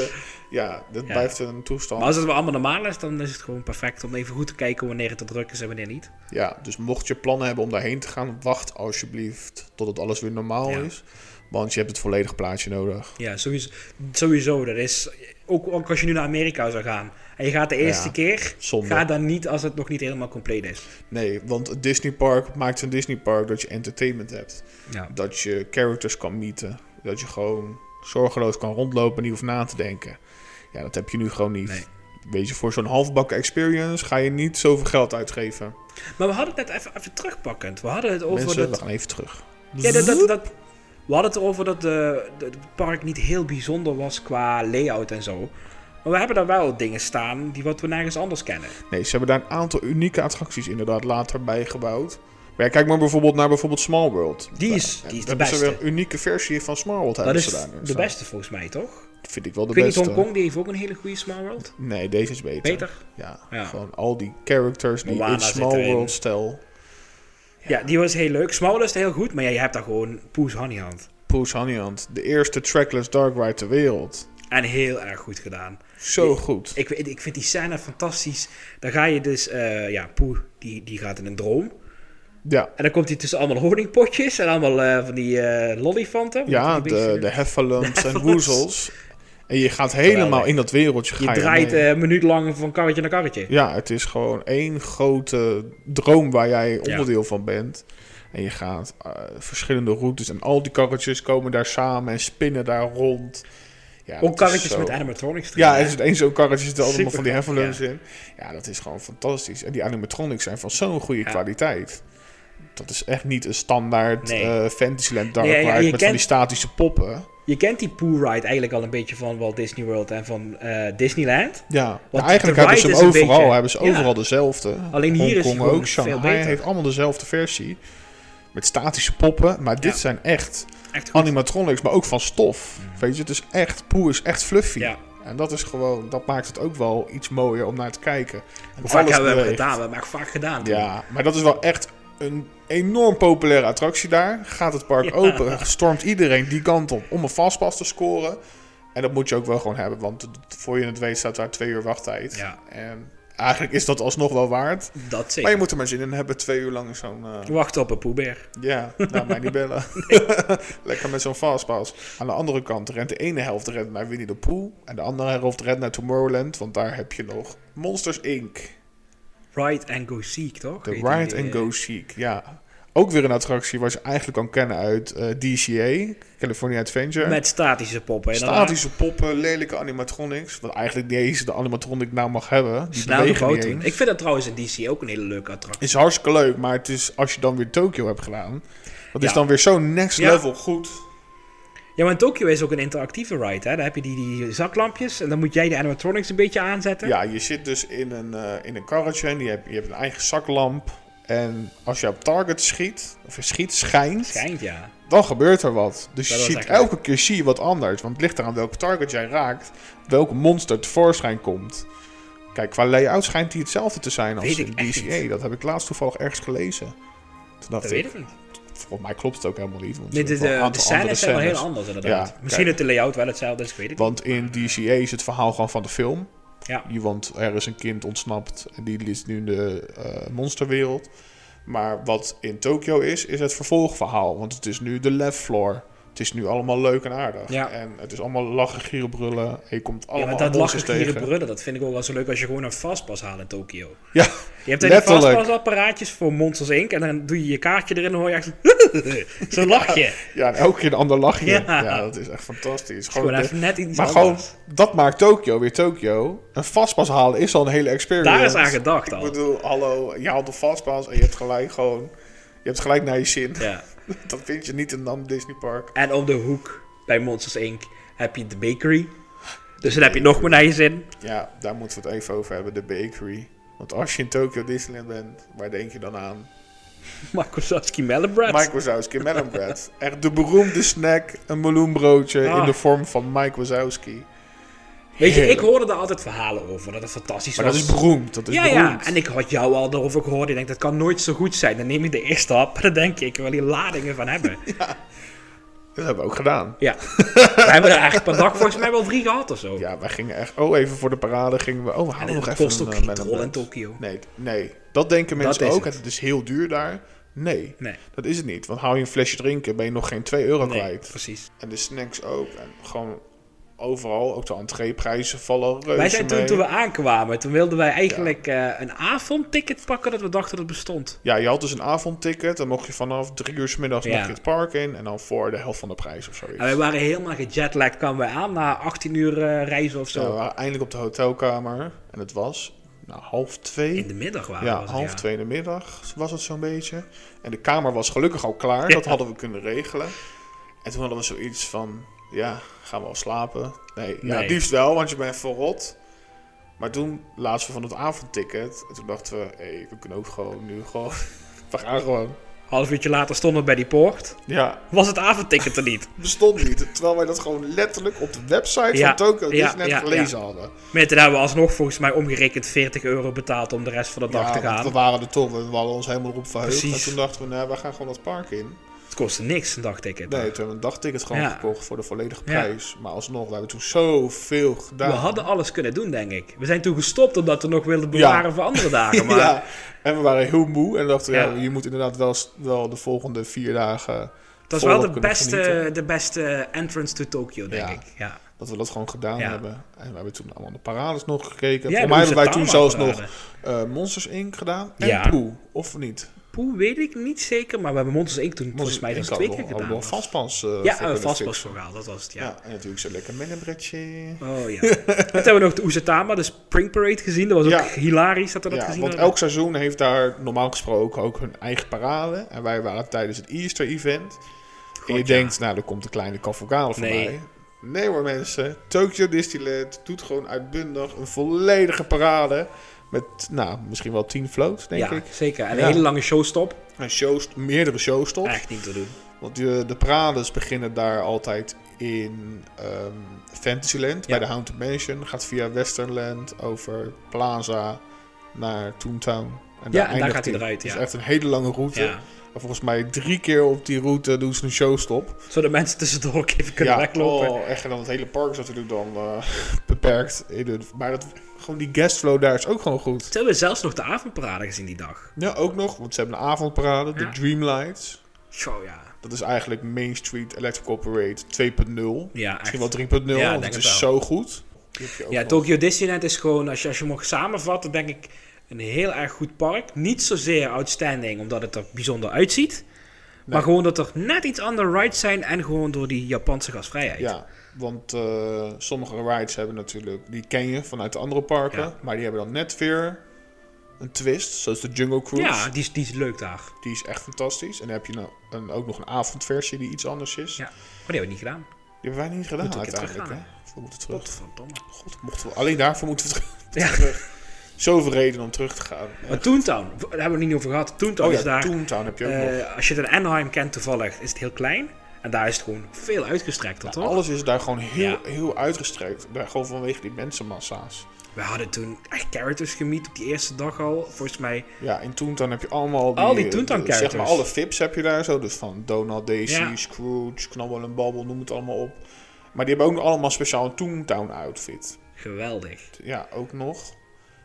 S2: ja, dat
S3: Ja.
S2: blijft een toestand.
S3: Maar als het wel allemaal normaal is, dan is het gewoon perfect om even goed te kijken wanneer het te druk is en wanneer niet.
S2: Ja, dus mocht je plannen hebben om daarheen te gaan, wacht alsjeblieft totdat alles weer normaal
S3: Ja.
S2: is. Want je hebt het volledige plaatje nodig.
S3: Ja, sowieso. sowieso dat is, ook, ook als je nu naar Amerika zou gaan en je gaat de eerste
S2: Ja.
S3: keer,
S2: Zonde.
S3: ga dan niet als het nog niet helemaal compleet is.
S2: Nee, want het Disneypark maakt een Disneypark dat je entertainment hebt.
S3: Ja.
S2: Dat je characters kan mieten. Dat je gewoon zorgeloos kan rondlopen en niet hoeft na te denken. Ja, dat heb je nu gewoon niet.
S3: Nee.
S2: Weet je, voor zo'n halfbakken experience ga je niet zoveel geld uitgeven.
S3: Maar we hadden het net even, even terugpakkend. We hadden het over
S2: Mensen, we
S3: dat,
S2: gaan even terug.
S3: ja, dat, dat, dat- We hadden het erover dat de, de- het park niet heel bijzonder was qua layout en zo. Maar we hebben daar wel dingen staan die wat we nergens anders kennen.
S2: Nee, ze hebben daar een aantal unieke attracties inderdaad later bijgebouwd. Maar ja, kijk maar bijvoorbeeld naar bijvoorbeeld Small World.
S3: Die is, die is de
S2: hebben ze
S3: beste.
S2: weer een unieke versie van Small World
S3: Dat
S2: hebben
S3: is
S2: ze daar nu
S3: de
S2: staan.
S3: beste volgens mij, toch?
S2: Vind ik wel de
S3: Ik weet niet,
S2: beste.
S3: Hongkong die heeft ook een hele goede Small World.
S2: Nee, deze is beter.
S3: Beter?
S2: Ja,
S3: Ja.
S2: gewoon al die characters die
S3: Moana
S2: in
S3: zit
S2: Small
S3: erin.
S2: World stijl.
S3: Ja, die was heel leuk. Small is heel goed, maar ja, je hebt daar gewoon Poes Honeyhand.
S2: Poes Honeyhand, de eerste trackless dark ride ter wereld.
S3: En heel erg goed gedaan.
S2: Zo
S3: Nee.
S2: goed.
S3: Ik, weet- ik vind die scène fantastisch. Dan ga je dus, eh, ja, Poe die, die gaat in een droom.
S2: Ja,
S3: En dan komt hij tussen allemaal honingpotjes en allemaal eh, van die eh lollifanten.
S2: ja
S3: Die beesten.
S2: de, de heffalumps
S3: [laughs]
S2: en
S3: heffalumps.
S2: woezels. En je gaat helemaal
S3: Geweldig.
S2: in dat wereldje.
S3: Je
S2: ga
S3: draait
S2: mee.
S3: eh, een minuut lang van karretje naar karretje.
S2: Ja, het is gewoon één grote droom waar jij
S3: Ja.
S2: onderdeel van bent. En je gaat eh, verschillende routes en al die karretjes komen daar samen en spinnen daar rond. Ja, dat
S3: Ook
S2: is
S3: karretjes
S2: zo-
S3: met animatronics erin.
S2: Ja,
S3: hè?
S2: er zit één zo'n karretje, zitten allemaal van die
S3: Supergaaf,
S2: heffalumps in. Ja, dat is gewoon fantastisch. En die animatronics zijn van zo'n goede
S3: Ja.
S2: kwaliteit. Dat is echt niet een standaard
S3: Nee.
S2: eh, Fantasyland Dark
S3: Nee, ja,
S2: Ride
S3: je
S2: met van die
S3: kent-
S2: statische poppen.
S3: Je kent die Poe Ride eigenlijk al een beetje van Walt Disney World en van eh, Disneyland.
S2: Ja,
S3: Want
S2: maar eigenlijk
S3: de
S2: hebben ze
S3: ride
S2: hem
S3: is een
S2: overal,
S3: beetje-
S2: hebben ze
S3: ja.
S2: overal dezelfde.
S3: Alleen hier is hij
S2: Hongkong
S3: gewoon
S2: ook,
S3: veel
S2: Shanghai
S3: beter.
S2: heeft allemaal dezelfde versie. Met statische poppen, maar dit
S3: Ja.
S2: zijn echt
S3: Echt goed. Mm.
S2: animatronics, maar ook van stof. Weet je, het is echt, Poe is echt fluffy.
S3: Ja.
S2: En dat is gewoon, dat maakt het ook wel iets mooier om naar te kijken. eh, En
S3: Hoe vaak
S2: alles
S3: hebben we hem
S2: beweegt.
S3: gedaan? We hebben hem vaak gedaan. toen.
S2: Ja, maar dat is wel echt een enorm populaire attractie daar. Gaat het park
S3: Ja.
S2: open, stormt iedereen die kant op om een fastpass te scoren. En dat moet je ook wel gewoon hebben, want voor je het weet staat daar twee uur wachttijd.
S3: Ja.
S2: En eigenlijk is dat alsnog wel waard.
S3: Dat
S2: Maar je
S3: zeker.
S2: moet er maar zin in hebben, twee uur lang zo'n... eh,
S3: Wacht op een Poebeer.
S2: ja, nou mij niet bellen.
S3: [laughs]
S2: [laughs] Lekker met zo'n fastpass. Aan de andere kant rent de ene helft rent naar Winnie the Pooh. En de andere helft rent naar Tomorrowland, want daar heb je nog Monsters Inc.
S3: Ride and Go Seek, toch?
S2: De
S3: Heet
S2: Ride
S3: die,
S2: and
S3: eh,
S2: Go Chic, ja. Ook weer een attractie waar ze eigenlijk kan kennen uit eh, DCA, California Adventure.
S3: Met statische poppen. inderdaad.
S2: Statische poppen, lelijke animatronics. Wat eigenlijk niet eens de animatronic nou mag hebben. Die
S3: Snel de
S2: bewegen niet
S3: boot in.
S2: eens.
S3: Ik vind dat trouwens in DC ook een hele leuke attractie.
S2: Is hartstikke leuk, maar het is, als je dan weer Tokyo hebt gedaan... Dat is
S3: Ja.
S2: dan weer zo next
S3: Ja.
S2: level goed.
S3: Ja, maar in Tokyo is ook een interactieve ride. Hè? Daar heb je die, die zaklampjes en dan moet jij de animatronics een beetje aanzetten.
S2: Ja, je zit dus in een, eh, in een karretje en je hebt, je hebt een eigen zaklamp. En als je op target schiet, of je schiet, schijnt,
S3: Schijnt, ja.
S2: dan gebeurt er wat. Dus
S3: Dat
S2: je
S3: was
S2: ziet
S3: eigenlijk-
S2: elke keer zie je wat anders. Want het ligt eraan welke target jij raakt, welk monster tevoorschijn komt. Kijk, qua layout schijnt die hetzelfde te zijn als
S3: Weet ik
S2: in
S3: echt
S2: DCA.
S3: niet.
S2: Dat heb ik laatst toevallig ergens gelezen. Toen dacht
S3: Dat
S2: ik,
S3: weet ik niet.
S2: volgens mij klopt het ook helemaal niet. Want
S3: De,
S2: er
S3: de,
S2: zitten wel
S3: de,
S2: een
S3: de
S2: aantal andere
S3: scènes zijn wel heel
S2: scènes.
S3: anders inderdaad.
S2: Ja,
S3: Misschien
S2: kijk.
S3: dat de layout wel hetzelfde is, weet ik niet.
S2: Want in DCA is het verhaal gewoon van de film.
S3: Ja.
S2: Je- Want er is een kind ontsnapt en die is nu in de eh, monsterwereld. Maar wat in Tokio is, is het vervolgverhaal. Want het is nu de left floor. Het is nu allemaal leuk en aardig.
S3: Ja.
S2: En het is allemaal lachen, gieren, brullen. En je komt
S3: Ja,
S2: allemaal
S3: maar dat
S2: monsters
S3: lachen hier
S2: tegen.
S3: brullen, dat vind ik ook wel zo leuk als je gewoon een fastpass haalt in Tokio.
S2: Ja,
S3: Je hebt daar die
S2: Letterlijk.
S3: fastpassapparaatjes voor Monsters Inc. En dan doe je je kaartje erin en dan hoor je echt zo'n [laughs] lachje.
S2: ja, en elke keer een ander lachje. Ja.
S3: Ja.
S2: dat is echt fantastisch. Gewoon
S3: Gewoon
S2: de-
S3: even net iets
S2: maar gewoon,
S3: anders.
S2: dat maakt Tokio weer Tokio. Een vastpas halen is al een hele experience.
S3: Daar is aan gedacht
S2: Ik
S3: al.
S2: bedoel, hallo, je haalt een vastpas en je hebt gelijk gewoon... Je hebt gelijk naar je zin. [laughs]
S3: Ja.
S2: Dat vind je niet in een ander Disneypark.
S3: En om de hoek bij Monsters Inc. heb je de bakery. Dus dan heb je nog maar naar je zin.
S2: Ja, daar moeten we het even over hebben, de bakery. Want als je in Tokyo Disneyland bent, waar denk je dan aan?
S3: Marco Saski Mellenbread.
S2: Mike Wazowski Melon Bread. Echt de beroemde snack, een meloenbroodje
S3: Ah.
S2: in de vorm van Mike Wazowski.
S3: Weet je, ik
S2: Heerlijk.
S3: hoorde daar altijd verhalen over. Dat het fantastisch
S2: Maar
S3: was.
S2: dat is beroemd, dat is
S3: ja,
S2: beroemd.
S3: ja. En ik had jou al erover gehoord. Ik denk, dat kan nooit zo goed zijn. Dan neem je de eerste hap. En [laughs] dan denk ik, ik wil hier ladingen van
S2: [laughs]
S3: hebben.
S2: Dat hebben we ook gedaan.
S3: ja. we hebben er eigenlijk per dag volgens mij wel drie gehad of zo.
S2: Ja, wij gingen echt, oh even voor de parade gingen we, oh we
S3: en
S2: halen nog
S3: het
S2: even
S3: kost ook
S2: eh,
S3: geen
S2: Melon
S3: drol in
S2: Bread.
S3: Tokio.
S2: Nee, nee, dat denken
S3: Dat
S2: mensen
S3: is
S2: ook.
S3: het.
S2: Het. is heel duur daar. Nee,
S3: Nee.
S2: dat is het niet. Want haal je een flesje drinken, ben je nog geen 2 euro
S3: Nee,
S2: kwijt.
S3: precies.
S2: En de snacks ook. En gewoon overal, ook de entreeprijzen vallen reuze
S3: Wij zijn toen,
S2: mee.
S3: toen we aankwamen, toen wilden wij eigenlijk eh, een avondticket pakken dat we dachten dat het bestond.
S2: Ja, je had dus een avondticket. Dan mocht je vanaf drie uur 's middags
S3: Ja.
S2: nog het park in. En dan voor de helft van de prijs of zoiets.
S3: En wij waren helemaal gejetlagd, kwamen wij aan na 18 uur eh, reizen of
S2: Zo,
S3: zo.
S2: we waren eindelijk op de hotelkamer. En het was nou, half twee.
S3: In de middag waren
S2: ja,
S3: Ah, was het,
S2: half twee in de middag was het zo'n beetje. En de kamer was gelukkig al klaar.
S3: Ja.
S2: Dat hadden we kunnen regelen. En toen hadden we zoiets van... Ja, gaan we al slapen? Nee, Ja,
S3: Nee.
S2: het liefst wel, want je bent verrot. Maar toen laatst we van het avondticket. En toen dachten we... Hé, we kunnen ook gewoon nu gewoon... [laughs] We gaan gewoon.
S3: Half uurtje later stonden we bij die poort.
S2: Ja,
S3: Was het avondticket er
S2: [laughs]
S3: niet?
S2: bestond niet. Terwijl wij dat gewoon letterlijk op de website
S3: Ja,
S2: van Tokyo
S3: ja,
S2: Disneyland
S3: ja,
S2: gelezen hadden.
S3: Maar toen hebben we alsnog volgens mij omgerekend 40 euro betaald om de rest van de dag
S2: Ja,
S3: te
S2: want
S3: gaan.
S2: we waren er toch, we hadden ons helemaal op verheugd.
S3: Precies.
S2: En toen dachten we, nou, we gaan gewoon dat park in.
S3: Het kostte niks, een dagticket.
S2: Nee, toen hebben we een dagticket gewoon
S3: Ja.
S2: gekocht voor de volledige
S3: Ja.
S2: prijs. Maar alsnog, we hebben toen zoveel
S3: we
S2: gedaan.
S3: hadden alles kunnen doen, denk ik. We zijn toen gestopt omdat we nog wilden bewaren voor andere
S2: [laughs]
S3: dagen. Maar
S2: [laughs] ja, en we waren heel moe en dachten, ja.
S3: Ja.
S2: je moet inderdaad wel, wel de volgende vier dagen...
S3: het was
S2: volop
S3: wel de
S2: kunnen genieten.
S3: beste, de beste entrance to Tokyo, denk
S2: Ja.
S3: ik. Ja,
S2: Dat we dat gewoon gedaan
S3: Ja.
S2: hebben. En we hebben toen allemaal de parades nog gekeken.
S3: Ja,
S2: Voor
S3: de
S2: mij hebben wij toen zelfs nog
S3: Oezatama-parade.
S2: eh, Monsters Inc. gedaan. En
S3: Ja.
S2: Poe, of niet?
S3: Poeh, weet ik niet zeker, maar we hebben Monsters Inc. toen volgens mij
S2: ik
S3: nog
S2: had
S3: twee
S2: wel-
S3: keer
S2: had
S3: gedaan.
S2: wel vastpas. eh, voor
S3: ja, een
S2: kunnen
S3: vastpas
S2: fixen.
S3: verhaal, dat was het, ja.
S2: Ja, en natuurlijk zo'n lekker minnenbredje.
S3: Oh ja. Toen hebben we nog de Oezatama, de Spring Parade gezien. Dat was ook
S2: Ja.
S3: hilarisch dat we dat
S2: Ja,
S3: gezien
S2: want
S3: hebben.
S2: elk seizoen heeft daar normaal gesproken ook hun eigen parade. En wij waren tijdens het Easter-event. En je
S3: ja.
S2: denkt, nou, er komt een kleine cavalcade voor
S3: Nee.
S2: mij. Nee hoor mensen, Tokyo Disneyland doet gewoon uitbundig een volledige parade. Met, nou, misschien wel tien floats, denk
S3: ja,
S2: ik.
S3: zeker. En
S2: Ja.
S3: een hele lange showstop.
S2: En shows, meerdere showstops.
S3: Echt niet te doen.
S2: Want de, de parades beginnen daar altijd in ehm, Fantasyland, bij
S3: Ja.
S2: de Haunted Mansion. Gaat via Westernland over Plaza naar Toontown. En
S3: daar
S2: eindigt
S3: gaat hij eruit,
S2: Dus
S3: ja.
S2: echt een hele lange route.
S3: Ja.
S2: En volgens mij drie keer op die route doen ze een showstop.
S3: Zodat mensen tussendoor ook even kunnen weglopen.
S2: oh, echt. En dan het hele park is natuurlijk dan eh, [laughs] beperkt. in hun- Maar dat, gewoon die guestflow daar is ook gewoon goed.
S3: Toen hebben we zelfs nog de avondparade gezien die dag.
S2: Ja, ook nog. Want ze hebben een avondparade,
S3: Ja.
S2: de Dreamlights.
S3: Zo ja.
S2: Dat is eigenlijk Main Street Electrical Parade 2.0.
S3: Ja, echt.
S2: Misschien wel 3.0,
S3: Ja,
S2: want
S3: denk
S2: het
S3: het
S2: is
S3: wel.
S2: zo goed. Die heb je ook
S3: Ja,
S2: nog.
S3: Tokyo Disneyland is gewoon, als je, als je mocht samenvatten, denk ik een heel erg goed park. Niet zozeer outstanding, omdat het er bijzonder uitziet. Maar gewoon dat er net iets andere rides zijn en gewoon door die Japanse gasvrijheid.
S2: Ja, want eh, sommige rides hebben natuurlijk, die ken je vanuit de andere parken,
S3: Ja.
S2: maar die hebben dan net weer een twist, zoals de Jungle Cruise.
S3: Ja, die is, die is leuk daar.
S2: Die is echt fantastisch. En dan heb je nou een, ook nog een avondversie die iets anders is.
S3: Ja. Maar die hebben we niet gedaan.
S2: Die hebben wij niet gedaan
S3: Moeten we een keer
S2: uiteindelijk. Hè?
S3: teruggaan,
S2: We moeten terug.
S3: Godverdomme.
S2: God, mochten we, alleen daarvoor moeten we [laughs] terug.
S3: Ja.
S2: Zoveel reden om terug te gaan.
S3: Maar Toontown, daar hebben we het niet over gehad. Toontown
S2: oh
S3: is
S2: ja,
S3: daar.
S2: Toontown heb je ook nog.
S3: eh, als je het in Anaheim kent toevallig, is het heel klein. En daar is het gewoon veel uitgestrekter, toch?
S2: Alles is daar gewoon heel,
S3: Ja.
S2: heel uitgestrekt. Daar Gewoon vanwege die mensenmassa's.
S3: We hadden toen echt characters gemiet op die eerste dag al. Volgens mij,
S2: Ja, in Toontown heb je allemaal die,
S3: Al die
S2: eh,
S3: Toontown
S2: de- Zeg maar
S3: characters.
S2: alle fips heb je daar zo. Dus van Donald, Daisy,
S3: Ja.
S2: Scrooge, Knabbel en Babbel, noem het allemaal op. Maar die hebben ook nog allemaal speciaal een Toontown outfit.
S3: geweldig.
S2: Ja, ook nog.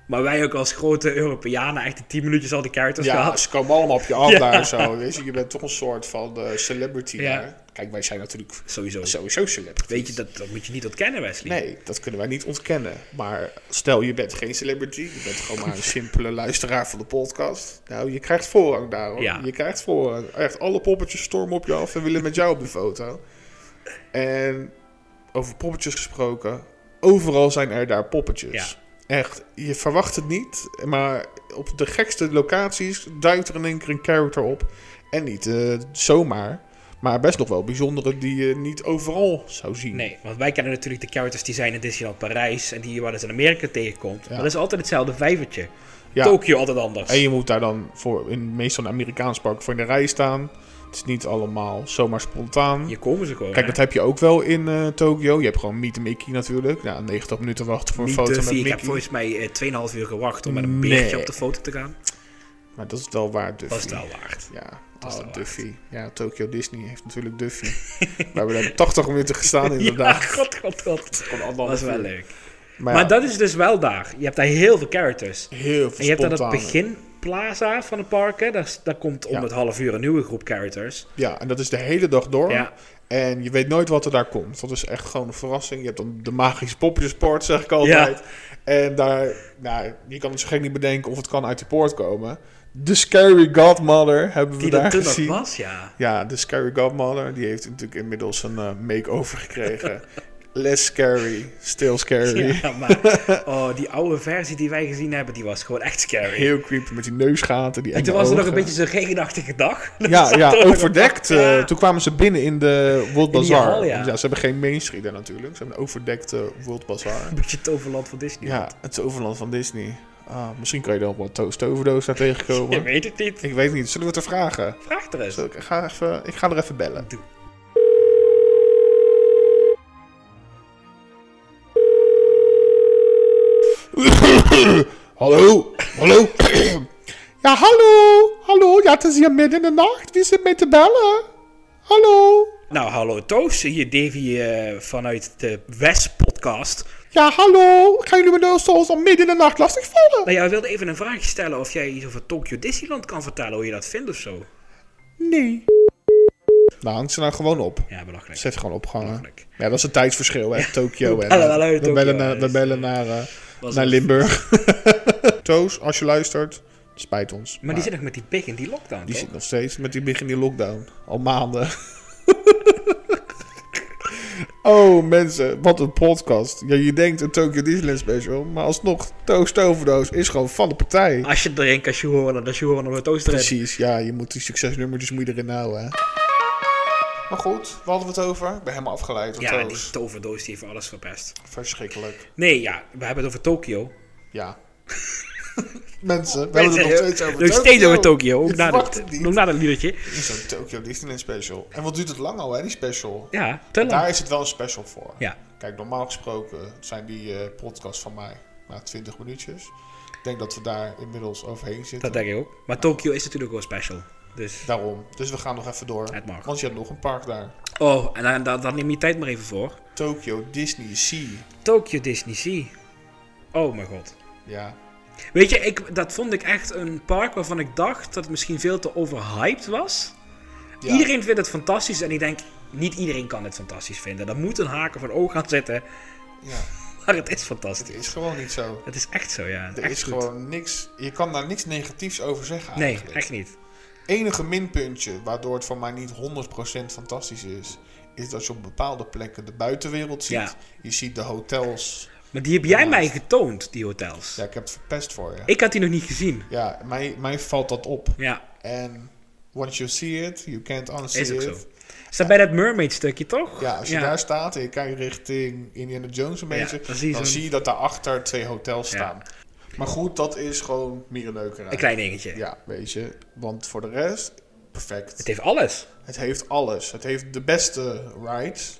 S3: Maar wij ook als grote Europeanen echt in 10 minuutjes al die characters
S2: ja,
S3: gehad.
S2: ze komen allemaal op je af
S3: [laughs] Ja.
S2: daar zo. Weet je, je bent toch een soort van eh, celebrity
S3: Ja.
S2: daar. Kijk, wij zijn natuurlijk
S3: Sowieso.
S2: sowieso celebrity.
S3: Weet je, dat, dat moet je niet ontkennen, Wesley.
S2: Nee, dat kunnen wij niet ontkennen. Maar stel je bent geen celebrity, je bent gewoon
S3: [laughs]
S2: maar een simpele luisteraar van de podcast. Nou, je krijgt voorrang daar hoor.
S3: Ja.
S2: Je krijgt voorrang. Echt, alle poppetjes stormen op je af en willen met jou op de foto. En over poppetjes gesproken, overal zijn er daar poppetjes. Echt, je verwacht het niet, maar op de gekste locaties duikt er in één keer een character op. En niet eh, zomaar, maar best nog wel bijzondere die je niet overal zou zien.
S3: Nee, want wij kennen natuurlijk de characters die zijn in Disneyland Parijs en die je wel eens in Amerika tegenkomt.
S2: Ja.
S3: Maar dat is altijd hetzelfde vijvertje.
S2: Ja.
S3: Tokio altijd anders.
S2: En je moet daar dan voor, in meestal een Amerikaans park, voor in de rij staan. Het is niet allemaal zomaar spontaan.
S3: Hier komen ze gewoon.
S2: Kijk,
S3: hè?
S2: dat heb je ook wel in eh Tokio. Je hebt gewoon Meet the Mickey natuurlijk. Nou, 90 minuten wachten voor een
S3: Niet
S2: foto
S3: te
S2: met
S3: vier. Ik
S2: Mickey.
S3: heb volgens mij eh, 2,5 uur gewacht om met een
S2: Nee.
S3: beertje op de foto te gaan.
S2: Maar dat is het wel waar, Duffy.
S3: Dat is het wel
S2: [laughs]
S3: waard.
S2: Ja,
S3: Dat is
S2: oh,
S3: het wel
S2: Duffy. Ja, Tokyo Disney heeft natuurlijk Duffy. [laughs] We hebben daar 80 minuten gestaan inderdaad.
S3: [laughs] Ja, god, god, god. Dat is wel leuk.
S2: Maar,
S3: Maar
S2: dat...
S3: dat is dus wel daar. Je hebt daar heel veel characters.
S2: heel
S3: En
S2: veel
S3: je hebt daar dat
S2: spontane.
S3: beginplaza van de parken. Daar, daar komt om
S2: Ja.
S3: het half uur een nieuwe groep characters.
S2: Ja, en dat is de hele dag door.
S3: Ja.
S2: En je weet nooit wat er daar komt. Dat is echt gewoon een verrassing. Je hebt dan de magische poppetjesport, zeg ik altijd. En daar, nou, je kan het zo gek niet bedenken of het kan uit die poort komen. De Scary Godmother hebben we
S3: Die
S2: daar
S3: dat toen nog
S2: gezien.
S3: was, ja.
S2: Ja, de Scary Godmother, die heeft natuurlijk inmiddels een eh, make-over
S3: [laughs]
S2: gekregen. Less scary, still scary.
S3: Ja, maar
S2: [laughs]
S3: oh, die oude versie die wij gezien hebben, die was gewoon echt scary.
S2: Heel creepy met die neusgaten, die
S3: en toen
S2: enge
S3: was er nog een
S2: ogen.
S3: beetje zo'n regenachtige [laughs] dag.
S2: [laughs] Ja, ja
S3: er nog
S2: overdekt.
S3: een-
S2: eh,
S3: Ja.
S2: toen kwamen ze binnen in de World
S3: In die
S2: Bazaar.
S3: hal,
S2: ja.
S3: ja.
S2: ze hebben geen Main Street daar natuurlijk. Ze hebben een overdekte World Bazaar.
S3: Een beetje het overland van Disney.
S2: ja, het overland van Disney. Ah, misschien kan je dan wat toast overdose daar tegenkomen.
S3: Je weet het niet.
S2: Ik weet niet. Zullen we het er vragen?
S3: Vraag er eens.
S2: Zal Ik ik ga, even, ik ga er even bellen.
S3: Doe.
S2: hallo, hallo. [clears throat] ja, hallo, hallo. Ja, het is hier midden in de nacht. Wie zit mij te bellen? Hallo.
S3: Nou, hallo Toos. Hier Davy eh, vanuit de West-podcast.
S2: Ja, hallo. Gaan jullie me nou soms al midden in de nacht lastig vallen?
S3: Nou ja, we wilden even een vraagje stellen of jij iets over Tokyo Disneyland kan vertellen, hoe je dat vindt of zo.
S2: Nee. Nou, hangt ze nou gewoon op.
S3: Ja, belachelijk.
S2: Ze heeft gewoon opgehangen.
S3: Belachelijk.
S2: Ja, dat is het tijdsverschil, hè. Tokio.
S3: [laughs] we
S2: en- eh,
S3: bellen wel uit
S2: we bellen
S3: Tokio,
S2: naar, we
S3: dus,
S2: bellen
S3: eh,
S2: naar, eh,
S3: Was
S2: naar
S3: een-
S2: Limburg. [laughs] Toos, als je luistert, het spijt ons.
S3: Maar die zit nog met die pik in die lockdown,
S2: die
S3: toch?
S2: zit nog steeds met die begin die lockdown. Al maanden. [laughs] oh, mensen. Wat een podcast. Ja, je denkt een Tokyo Disneyland special. Maar alsnog, Toos Toverdoos is gewoon van de partij.
S3: Als je erin kan shoehornen, dan shoehornen we het Toos erin.
S2: Precies, ja, je moet die succesnummertjes moet je erin houden. Hè? Maar goed, waar hadden we het over? Ik ben helemaal afgeleid. door
S3: Ja,
S2: Toos.
S3: die toverdoos die heeft alles verpest.
S2: Verschrikkelijk.
S3: Nee, ja, we hebben het over Tokio.
S2: Ja. [laughs] Mensen, we hebben het nog steeds over
S3: Nog steeds over Tokio, ook
S2: Ik
S3: na
S2: verwacht
S3: dat,
S2: het niet.
S3: nog na dat liedertje.
S2: Dit is een Tokyo Disneyland special. En wat duurt het lang al, hè, die special?
S3: Ja, te lang.
S2: Daar is het wel een special voor.
S3: Ja.
S2: Kijk, normaal gesproken zijn die eh, podcasts van mij na 20 minuutjes. Ik denk dat we daar inmiddels overheen zitten.
S3: Dat denk ik ook. Maar Tokio is natuurlijk wel special. Dus,
S2: Daarom. Dus we gaan nog even door.
S3: Het mag.
S2: Want je hebt nog een park daar.
S3: oh, en dan, dan, dan neem je tijd maar even voor.
S2: Tokyo Disney Sea.
S3: Tokyo Disney Sea. Oh mijn god.
S2: Ja.
S3: Weet je, ik, dat vond ik echt een park waarvan ik dacht dat het misschien veel te overhyped was.
S2: Ja.
S3: Iedereen vindt het fantastisch en ik denk, niet iedereen kan het fantastisch vinden. Daar moet een haken van oog gaan zitten,
S2: ja.
S3: maar het is
S2: Het
S3: fantastisch.
S2: is gewoon niet zo.
S3: Het is echt zo, ja.
S2: Er
S3: echt
S2: is
S3: goed.
S2: gewoon niks. Je kan daar niks negatiefs over zeggen.
S3: Nee,
S2: eigenlijk.
S3: echt niet.
S2: enige minpuntje waardoor het voor mij niet 100% fantastisch is, is dat je op bepaalde plekken de buitenwereld ziet.
S3: Ja.
S2: Je ziet de hotels.
S3: Maar die heb jij mij getoond, die hotels.
S2: Ja, ik heb het verpest voor je.
S3: Ik had die nog niet gezien.
S2: Ja, mij, mij valt dat op.
S3: Ja,
S2: En once you see it, you can't unsee
S3: is ook
S2: it.
S3: zo. Staat bij dat mermaid stukje toch?
S2: Ja, als je daar staat en je kijkt richting Indiana Jones een
S3: Ja,
S2: beetje,
S3: dan
S2: dan,
S3: zie
S2: zie
S3: je
S2: je
S3: zo'n-
S2: dat daarachter twee hotels
S3: Ja.
S2: staan. Maar goed, dat is gewoon mierenneukerij.
S3: Een klein dingetje.
S2: Ja, weet je. Want voor de rest,
S3: Het
S2: perfect.
S3: heeft alles.
S2: Het heeft alles. Het heeft de beste rides.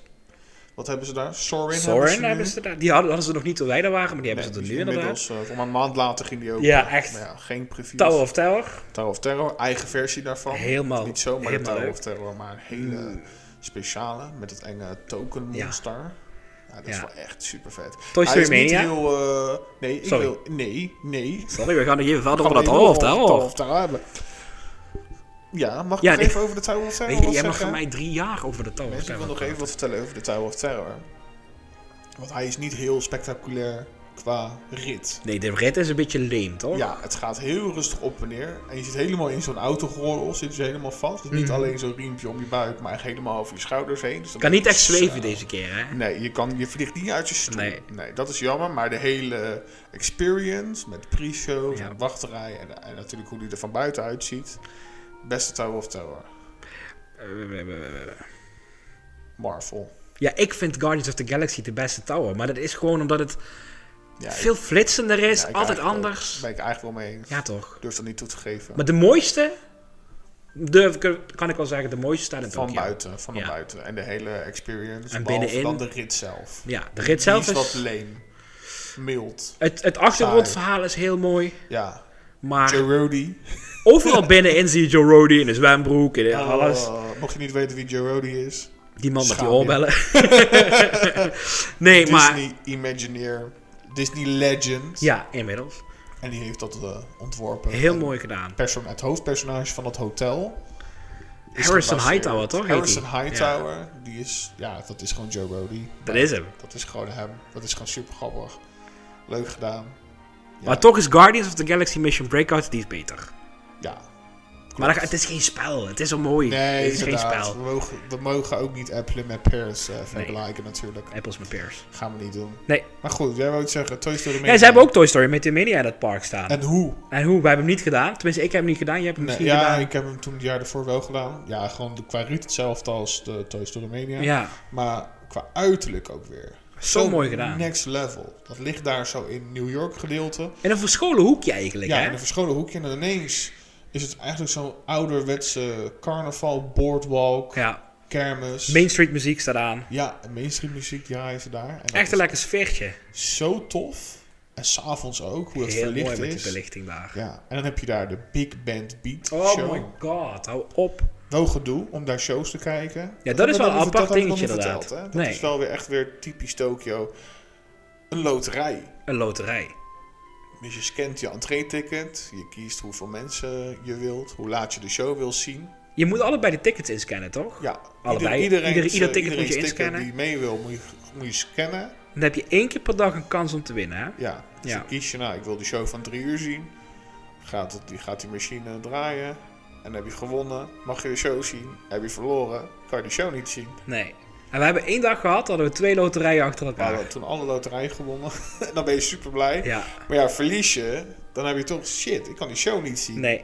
S2: Wat hebben ze daar? Sorin, hebben ze
S3: Soren
S2: nu.
S3: hebben ze daar. Die hadden, hadden ze nog niet toen wij daar waren, maar die hebben
S2: Nee,
S3: ze er
S2: die
S3: nu
S2: is
S3: inderdaad.
S2: inmiddels, eh, om een maand later ging die open.
S3: Ja, echt.
S2: Maar ja, geen previews.
S3: Tower of Terror.
S2: Tower of Terror, eigen versie daarvan.
S3: Helemaal-
S2: Niet zomaar de
S3: helemaal
S2: Tower
S3: leuk.
S2: of Terror, maar een hele speciale. Met het enge token
S3: Ja.
S2: monster. Ja. dat is
S3: Ja.
S2: wel echt super vet.
S3: Toy Story
S2: is niet
S3: Mania?
S2: heel... eh, nee, ik
S3: Sorry.
S2: wil... Nee, nee.
S3: Sorry, we gaan nog even verder
S2: Kan
S3: over dat
S2: alleen
S3: Tower of
S2: nog Tower
S3: Terror.
S2: of Terror hebben. Ja, mag ik
S3: Ja,
S2: nog
S3: nee.
S2: even over de Tower of Terror
S3: Weet je,
S2: wat
S3: jij mag
S2: zeggen?
S3: van mij drie jaar over de Tower of
S2: Mensen, ik wil
S3: Terror.
S2: nog even wat vertellen over de Tower of Terror. Want hij is niet heel spectaculair qua rit.
S3: Nee, de rit is een beetje leem, toch?
S2: Ja, het gaat heel rustig op en neer. En je zit helemaal in zo'n autogordel, zit je helemaal vast. Dus niet alleen zo'n riempje om je buik, maar echt helemaal over je schouders heen. Dus dan
S3: Mhm. Kan
S2: moet
S3: niet echt
S2: je-
S3: zweven deze keer, hè?
S2: Nee, je, kan, je vliegt niet uit je stoel.
S3: Nee.
S2: Nee. dat is jammer. Maar de hele experience met pre-shows
S3: Ja.
S2: en wachterij en, en natuurlijk hoe die er van buiten uitziet. Beste Tower of Terror. Marvel.
S3: Ja, ik vind Guardians of the Galaxy de beste Tower. Maar dat is gewoon omdat het
S2: Ja, ik-
S3: veel flitsender is,
S2: ja, ik
S3: altijd
S2: eigenlijk wel-
S3: anders.
S2: ben ik eigenlijk wel mee eens.
S3: Ja, toch?
S2: Durf dat niet toe te geven.
S3: Maar de mooiste, durf, ik- kan ik wel zeggen, de mooiste staat in
S2: van
S3: Tokio.
S2: buiten, van
S3: Ja.
S2: buiten. En de hele experience.
S3: En
S2: En binnenin.
S3: binnenin-
S2: dan de rit zelf.
S3: Ja, de rit zelf
S2: Die is wat
S3: is...
S2: leem. Mild.
S3: Het, het achtergrondverhaal is heel mooi,
S2: Ja.
S3: maar
S2: Joe Rody.
S3: overal binnenin zie je Joe Rody in een zwembroek en alles.
S2: Oh, mocht je niet weten wie Joe Rody is.
S3: Die man met die
S2: schaam je.
S3: oorbellen. [laughs] nee, maar...
S2: Disney Imagineer. Disney Legend.
S3: Ja, inmiddels.
S2: En die heeft dat eh, ontworpen.
S3: Heel
S2: En
S3: mooi gedaan.
S2: Perso- het hoofdpersonage van dat hotel. is
S3: Harrison
S2: gebaseerd-
S3: Hightower, toch? heet
S2: Harrison
S3: die?
S2: Hightower. Die is... Ja, dat is gewoon Joe Rody.
S3: Ja, dat is hem.
S2: Dat is gewoon hem. Dat is gewoon super grappig. Leuk gedaan. Ja.
S3: Maar toch is Guardians of the Galaxy Mission Breakout die is beter.
S2: Ja.
S3: Maar dat- het is geen spel. Het is wel mooi.
S2: Nee,
S3: het is geen
S2: inderdaad.
S3: spel.
S2: We mogen, we mogen ook niet Apple met Paris eh, vergelijken natuurlijk.
S3: Apples met peers.
S2: Gaan we niet doen.
S3: Nee.
S2: Maar goed, jij wou iets zeggen. Toy Story
S3: Ja, ze hebben ook Toy Story met de Mania in dat park staan. En,
S2: En hoe?
S3: hoe? Wij hebben hem niet gedaan. Tenminste, ik heb hem niet gedaan. Je hebt hem
S2: Nee,
S3: misschien
S2: ja,
S3: gedaan.
S2: ik heb hem toen het jaar ervoor wel gedaan. Ja, gewoon de- qua ruut hetzelfde als de Toy Story Mania.
S3: Ja.
S2: Maar qua uiterlijk ook weer.
S3: Zo mooi gedaan.
S2: Next level. Dat ligt daar zo in New York gedeelte.
S3: In een verscholen hoekje eigenlijk,
S2: Ja,
S3: hè?
S2: in een verscholen hoekje. En ineens is het eigenlijk zo'n ouderwetse carnaval, boardwalk,
S3: Ja.
S2: kermis.
S3: Main Street muziek staat aan.
S2: ja, dus- en mainstream muziek draaien ze daar. En dat
S3: Echt
S2: is
S3: een lekker sfeertje.
S2: zo tof. En s'avonds ook, hoe het
S3: Heel
S2: verlicht
S3: mooi met die
S2: is.
S3: belichting daar.
S2: ja, en dan heb je daar de Big Band Beat
S3: Oh
S2: Show.
S3: my god, hou op.
S2: Wel gedoe om daar shows te kijken.
S3: dat
S2: hebben
S3: is wel
S2: we nog
S3: een
S2: niet-
S3: apart
S2: dat hebben we nog
S3: dingetje
S2: niet
S3: inderdaad.
S2: verteld, hè? Dat
S3: Nee.
S2: is wel weer echt weer typisch Tokio. Een loterij.
S3: Een loterij.
S2: Dus je scant je entree-ticket. Je kiest hoeveel mensen je wilt. Hoe laat je de show wil zien.
S3: Je moet allebei de tickets inscannen, toch?
S2: Ja,
S3: Allebei. Ieder-
S2: eh,
S3: ieder ticket moet je
S2: iedereen's
S3: inscannen.
S2: die mee wil, moet je, moet je scannen.
S3: Dan heb je één keer per dag een kans om te winnen, hè?
S2: Ja, dus
S3: Ja.
S2: dan kies je, nou, ik wil de show van drie uur zien. Gaat, het, die, gaat die machine draaien. En heb je gewonnen, mag je de show zien. Heb je verloren, kan je de show niet zien.
S3: Nee. En we hebben één dag gehad, hadden we twee loterijen achter
S2: We
S3: elkaar.
S2: hadden toen alle loterijen gewonnen. [laughs] en dan ben je super blij.
S3: Ja.
S2: Maar ja, verlies je, dan heb je toch shit, ik kan die show niet zien.
S3: Nee.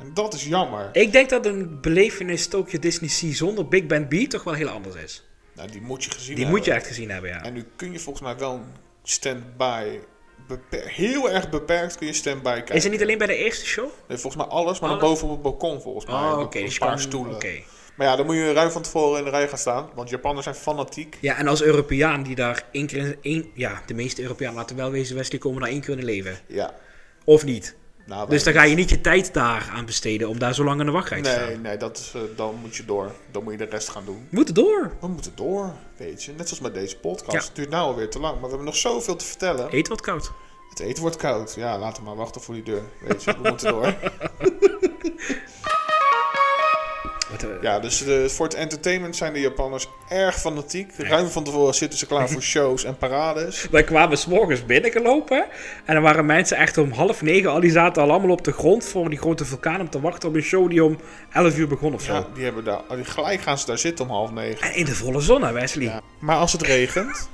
S2: En dat is jammer.
S3: Ik denk dat een belevenis Tokyo Disney Sea zonder Big Band B toch wel heel anders is.
S2: Nou, die moet je gezien
S3: Die
S2: hebben.
S3: moet je echt gezien hebben, ja.
S2: En nu kun je volgens mij wel een stand-by... beper- heel erg beperkt kun je stand-by kijken.
S3: Is het niet alleen bij de eerste show?
S2: Nee, volgens mij alles, maar dan
S3: Alles?
S2: boven op het balkon volgens mij.
S3: Oh,
S2: Op
S3: oké.
S2: Een
S3: dus je
S2: paar
S3: kan-
S2: stoelen.
S3: oké.
S2: Maar ja, dan moet je ruim van tevoren in de rij gaan staan. Want Japanners zijn fanatiek.
S3: Ja, en als Europeaan die daar één keer in... één- ja, de meeste Europeanen laten wel wezen, Wesley komen daar één keer in hun leven.
S2: Ja.
S3: Of niet.
S2: Nou,
S3: Dus
S2: wij-
S3: dan ga je niet je tijd daar aan besteden om daar zo lang in de wachtrij te
S2: Nee,
S3: staan.
S2: nee dat is, eh, dan moet je door. Dan moet je de rest gaan doen.
S3: We moeten door.
S2: We moeten door, weet je. Net zoals met deze podcast.
S3: Ja.
S2: Het duurt nou alweer te lang, maar we hebben nog zoveel te vertellen.
S3: Eet wat koud.
S2: Het eten wordt koud. Ja, laten we maar [laughs] wachten voor die deur. Weet je, we moeten door.
S3: Wat echt... eh,
S2: Ja, dus eh, voor het entertainment zijn de Japanners erg fanatiek. Ruim van tevoren zitten ze klaar
S3: [laughs]
S2: voor shows en parades.
S3: Wij kwamen s'morgens binnengelopen en er waren mensen echt om half negen al, die zaten al allemaal op de grond voor die grote vulkaan om te wachten op een show die om elf uur begon of zo.
S2: Ja, die hebben daar, die gelijk gaan ze daar zitten om half negen.
S3: En in de volle zon, hè, Wesley.
S2: Ja. Maar als het regent,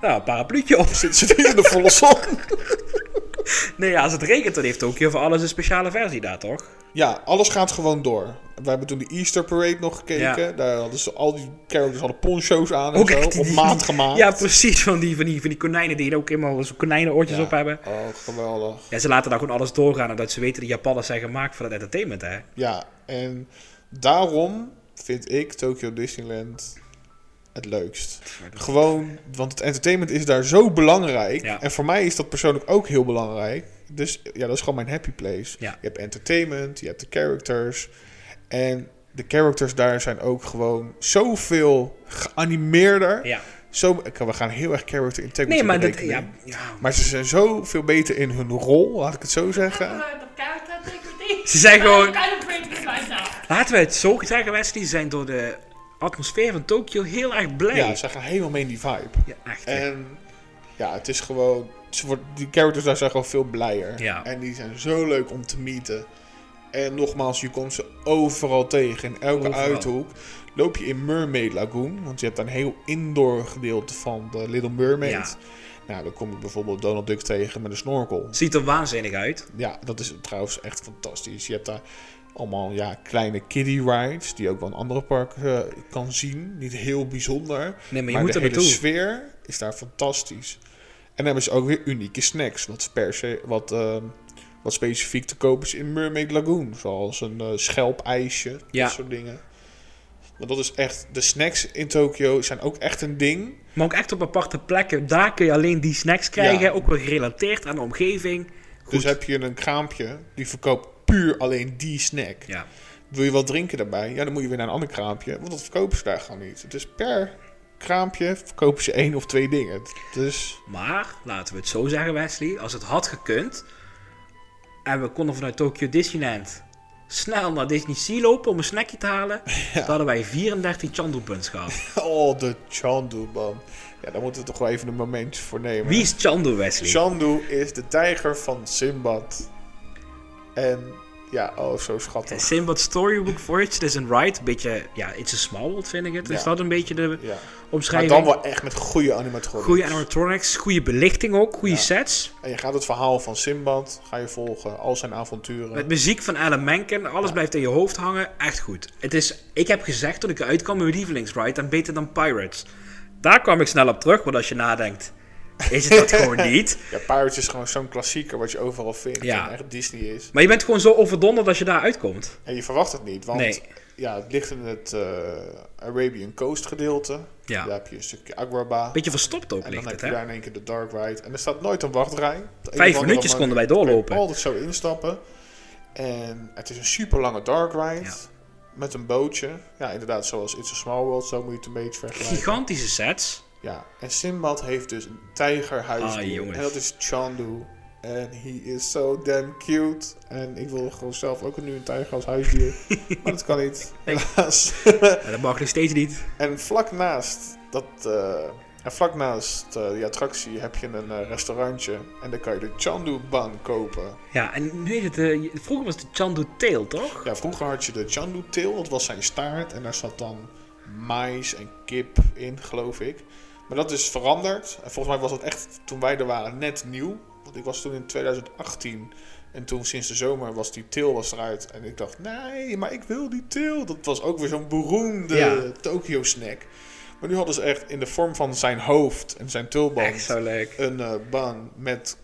S3: Nou, een parapluutje op. [laughs]
S2: zitten ze [laughs] in de volle zon.
S3: Nee, ja, als het regent, dan heeft Tokio voor alles een speciale versie daar, toch?
S2: Ja, alles gaat gewoon door. We hebben toen de Easter Parade nog gekeken.
S3: Ja.
S2: Daar hadden ze al die characters hadden poncho's aan en zo.
S3: echt die-
S2: Op maat gemaakt.
S3: Ja, precies, van die, van die, van die konijnen die ook helemaal zo'n konijnenoortjes
S2: Ja.
S3: op hebben.
S2: Oh, geweldig.
S3: Ja, ze laten daar gewoon alles doorgaan omdat ze weten dat Japanners zijn gemaakt voor het entertainment, hè.
S2: Ja, en daarom vind ik Tokyo Disneyland het leukst. Gewoon, want het entertainment is daar zo belangrijk.
S3: Ja.
S2: En voor mij is dat persoonlijk ook heel belangrijk. Dus ja, dat is gewoon mijn happy place.
S3: Ja.
S2: Je hebt entertainment, je hebt de characters. En de characters daar zijn ook gewoon zoveel geanimeerder.
S3: Ja.
S2: Zo, ik- we gaan heel erg character integrity
S3: Nee, maar dat...
S2: berekenen.
S3: Ja, ja.
S2: Maar ze zijn zoveel beter in hun rol, laat ik het zo zeggen.
S4: Uh, the character integrity.
S3: Ze zijn gewoon...
S4: I'm kind of breaking this right now.
S3: Laten we het zo zeggen, Wesley, ze zijn door de atmosfeer van Tokio heel erg blij.
S2: Ja, Eh, ze gaan helemaal mee in die vibe.
S3: Ja, echt. hè.
S2: En ja, het is gewoon. Ze wordt, die characters daar zijn gewoon veel blijer.
S3: Ja.
S2: En die zijn zo leuk om te meeten. En nogmaals, je komt ze overal tegen. In elke
S3: Overal.
S2: uithoek. Loop je in Mermaid Lagoon. Want je hebt daar een heel indoor gedeelte van de Little Mermaid. Nou, dan kom je bijvoorbeeld Donald Duck tegen met een snorkel.
S3: Ziet er waanzinnig uit.
S2: Ja, dat is trouwens echt fantastisch. Je hebt daar allemaal ja, kleine kiddie rides, die je ook wel in andere parken eh, kan zien. Niet heel bijzonder.
S3: Nee, maar je
S2: maar
S3: moet
S2: de
S3: er
S2: hele
S3: naartoe.
S2: sfeer is daar fantastisch. En dan hebben ze ook weer unieke snacks. Wat, per se, wat, ehm, wat specifiek te koop is in Mermaid Lagoon. Zoals een eh, schelpijsje,
S3: Ja.
S2: dat soort dingen. Maar dat is echt... De snacks in Tokio zijn ook echt een ding.
S3: Maar ook echt op aparte plekken. Daar kun je alleen die snacks krijgen.
S2: Ja.
S3: Ook wel gerelateerd aan de omgeving. Goed.
S2: Dus heb je een kraampje, die verkoopt puur alleen die snack.
S3: Ja.
S2: Wil je wat drinken daarbij? Ja, dan moet je weer naar een ander kraampje. Want dat verkopen ze daar gewoon niet. Het is per kraampje verkopen ze één of twee dingen. Dus [laughs]
S3: Maar, laten we het zo zeggen, Wesley. Als het had gekund. En we konden vanuit Tokyo Disneyland snel naar Disney Sea lopen om een snackje te
S2: [laughs]
S3: halen. Dan hadden wij 34 Chandu Buns gehad.
S2: oh, de Chandu, man. Ja, daar moeten we toch wel even een momentje voor nemen.
S3: Wie is Chandu, Wesley?
S2: Chandu is de tijger van Simbad. En ja, oh, zo
S3: Eh,
S2: schattig.
S3: Simbad Storybook Voyage, It is een ride. Beetje, ja, It's a Small World vind ik het.
S2: Ja.
S3: Is dat een beetje de
S2: Ja. Maar
S3: omschrijving?
S2: dan wel echt met goede animatronics.
S3: Goede animatronics, goede belichting ook, goede sets.
S2: En je gaat het verhaal van Simbad, ga je volgen, al zijn avonturen.
S3: Met muziek van Alan Menken, alles blijft in je hoofd hangen. Echt goed. Het is, ik heb gezegd toen ik eruit kwam met Lievelingsride, dan beter dan Pirates. Daar kwam ik snel op terug, want als je nadenkt, is het dat gewoon
S2: [laughs]
S3: niet.
S2: Ja, Pirates is gewoon zo'n klassieker wat je overal vindt.
S3: Ja.
S2: En echt Disney is.
S3: Maar je bent gewoon zo overdonderd als je daar uitkomt.
S2: En je verwacht het niet, want
S3: Nee.
S2: ja, het ligt in het eh, Arabian Coast gedeelte.
S3: Ja.
S2: Daar heb je een stukje Agrabah.
S3: Beetje verstopt ook
S2: en dan
S3: ligt
S2: heb
S3: het,
S2: je
S3: hè?
S2: daar in één keer de Dark Ride. En er staat nooit een wachtrij. Op de een of
S3: Vijf
S2: andere
S3: minuutjes
S2: manier
S3: konden wij
S2: kun
S3: doorlopen.
S2: je altijd zo instappen. En het is een super lange Dark Ride.
S3: Ja.
S2: Met een bootje. Ja, inderdaad, zoals It's a Small World. Zo moet je het een beetje vergelijken.
S3: Gigantische sets.
S2: Ja, en Sinbad heeft dus een tijgerhuis.
S3: Ah, jongens.
S2: en dat is Chandu. En he is so damn cute. En ik wil gewoon zelf ook nu een tijger als
S3: [laughs]
S2: huisdier. maar dat kan niet, helaas. [laughs]
S3: Maar dat mag nog steeds niet.
S2: en vlak naast dat... eh, en vlak naast eh, die attractie heb je een eh, restaurantje. En daar kan je de Chandu-ban kopen.
S3: Ja, en nu is het... eh, vroeger was het de Chandu Tail, toch?
S2: Ja, vroeger had je de Chandu-til. Dat was zijn staart. En daar zat dan mais en kip in, geloof ik. Maar dat is veranderd. En volgens mij was dat echt toen wij er waren net nieuw. Want ik was toen in 2018. En toen sinds de zomer was die til was eruit. En ik dacht, nee, maar ik wil die til. Dat was ook weer zo'n beroemde
S3: Ja.
S2: Tokyo snack. Maar nu hadden ze echt in de vorm van zijn hoofd en zijn tulband
S3: Echt zo leuk.
S2: een eh, ban met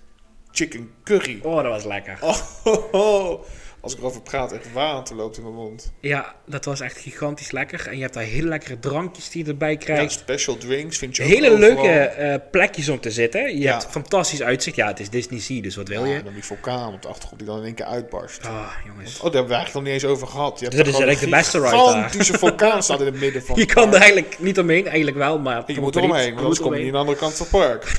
S2: chicken curry.
S3: Oh, dat was lekker.
S2: Oh, [laughs] ho, ho. als ik erover praat, echt water loopt in mijn mond.
S3: Ja, dat was echt gigantisch lekker. En je hebt daar heel lekkere drankjes die je erbij
S2: Ja,
S3: krijgt.
S2: special drinks vind je ook
S3: Hele
S2: overal.
S3: leuke eh, plekjes om te zitten. Je
S2: Ja.
S3: hebt fantastisch uitzicht. Ja, het is Disney Sea, dus wat wil
S2: Ja,
S3: je?
S2: en dan die vulkaan op de achtergrond die dan in één keer uitbarst.
S3: Ah, jongens.
S2: Oh, daar hebben we eigenlijk nog niet eens over gehad. Je hebt
S3: Dat
S2: daar
S3: is
S2: gewoon
S3: eigenlijk de
S2: een
S3: beste ride daar.
S2: gigantische vulkaan staat in het midden van
S3: [laughs] Je
S2: het
S3: kan er
S2: park.
S3: eigenlijk niet omheen. Eigenlijk wel, maar...
S2: En Je
S3: toch
S2: moet
S3: niet.
S2: eromheen, want
S3: Je
S2: anders
S3: moet
S2: kom je niet aan de andere kant van het park.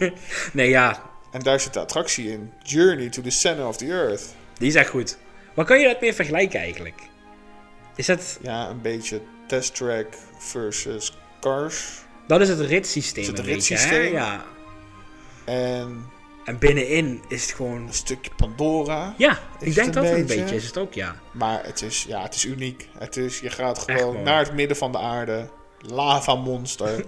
S3: eromheen. Nee, ja.
S2: En daar zit de attractie in. Journey to the center of the earth.
S3: Die is echt goed. Waar kan je dat mee vergelijken eigenlijk? Is dat,
S2: Ja, een beetje Test Track versus Cars.
S3: dat is het ritssysteem.
S2: Is het
S3: een
S2: een
S3: beetje, hè?
S2: ritssysteem?
S3: Ja.
S2: En
S3: En binnenin is het gewoon.
S2: een stukje Pandora.
S3: Ja,
S2: het
S3: ik denk dat
S2: een
S3: het een
S2: beetje?
S3: beetje is. Het ook, ja.
S2: Maar het is, ja, het is uniek. Het is, je gaat
S3: Echt
S2: gewoon
S3: mooi.
S2: naar het midden van de aarde. Lava
S3: [laughs]
S2: monster.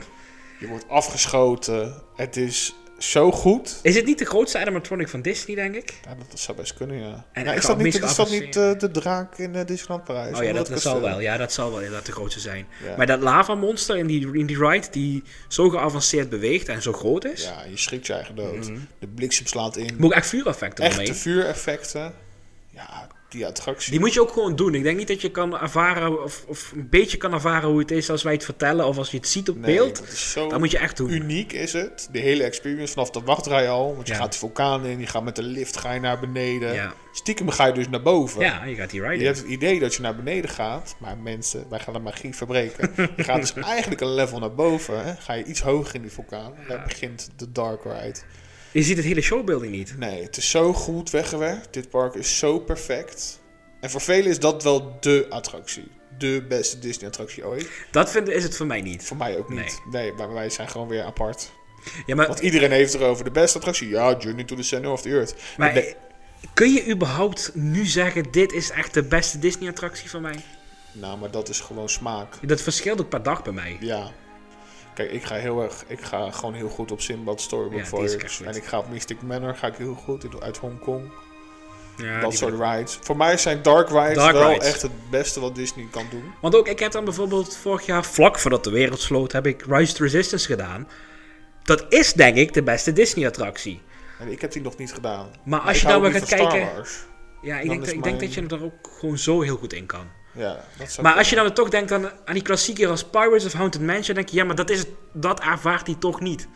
S2: je wordt afgeschoten. Het is zo goed.
S3: Is het niet de grootste animatronic van Disney, denk ik?
S2: Ja, dat zou best kunnen, ja.
S3: En
S2: ja
S3: ik
S2: is dat
S3: zou het
S2: niet,
S3: meest
S2: is dat niet
S3: geavanceerd-
S2: eh, de draak in eh, Disneyland Parijs?
S3: Oh ja, dat, dat zal
S2: kasteel?
S3: wel. Ja, dat zal wel inderdaad de grootste zijn.
S2: eh, Ja.
S3: Maar dat lava monster in die, in die ride die zo geavanceerd beweegt en zo groot is.
S2: Ja, je schrikt je eigen dood. De bliksem slaat in.
S3: Mhm. Moet ik echt vuureffecten
S2: Echte
S3: ermee.
S2: vuureffecten. Ja, die attractie.
S3: Die moet je ook gewoon doen. Ik denk niet dat je kan ervaren, of, of een beetje kan ervaren hoe het is als wij het vertellen of als je het ziet op
S2: Nee,
S3: beeld.
S2: dat is zo
S3: Dat moet je echt doen.
S2: uniek is het. De hele experience vanaf de wachtrij al. Want je
S3: Ja.
S2: gaat die vulkaan in, je gaat met de lift ga je naar beneden.
S3: Ja.
S2: Stiekem ga je dus naar boven.
S3: ja, je gaat die ride
S2: Je
S3: in.
S2: hebt het idee dat je naar beneden gaat, maar mensen, wij gaan de magie verbreken. Je gaat
S3: [laughs]
S2: dus eigenlijk een level naar boven, hè? ga je iets hoger in die vulkaan. En daar begint de dark ride.
S3: Je ziet het hele showbuilding niet.
S2: Nee, het is zo goed weggewerkt. Dit park is zo perfect. En voor velen is dat wel dé attractie. De beste Disney-attractie ooit.
S3: Dat vinden is het voor mij niet.
S2: Voor mij ook niet. Nee. maar wij zijn gewoon weer apart.
S3: Ja, maar
S2: Want iedereen heeft het erover de beste attractie. Ja, Journey to the Center of the Earth.
S3: Maar
S2: Nee,
S3: kun je überhaupt nu zeggen, dit is echt de beste Disney-attractie van mij?
S2: nou, maar dat is gewoon smaak.
S3: Dat verschilt ook per dag bij mij.
S2: Ja. Kijk, ik ga heel erg, ik ga gewoon heel goed op Sinbad Storybook
S3: Ja, die is echt
S2: Voyage.
S3: goed.
S2: En ik ga op Mystic Manor, ga ik heel goed in- uit Hongkong.
S3: Ja,
S2: dat
S3: die-
S2: soort rides. Voor mij zijn dark rides
S3: Dark
S2: wel
S3: rides.
S2: echt het beste wat Disney kan doen.
S3: Want ook, ik heb dan bijvoorbeeld vorig jaar, vlak voordat de wereld sloot, heb ik Rise to Resistance gedaan. Dat is denk ik de beste Disney-attractie.
S2: En ik heb die nog niet gedaan.
S3: Maar
S2: ik
S3: als je
S2: hou
S3: nou weer
S2: ook
S3: gaat
S2: niet van Star
S3: kijken...
S2: Wars.
S3: Ja, ik
S2: Dan
S3: denk,
S2: is
S3: dat- ik
S2: mijn-
S3: denk dat je er ook gewoon zo heel goed in kan.
S2: Ja, dat zou
S3: Maar als je nou toch denkt aan, aan die klassieker als Pirates of Haunted Mansion, denk je, ja, maar dat, is, het- dat ervaart hij toch niet.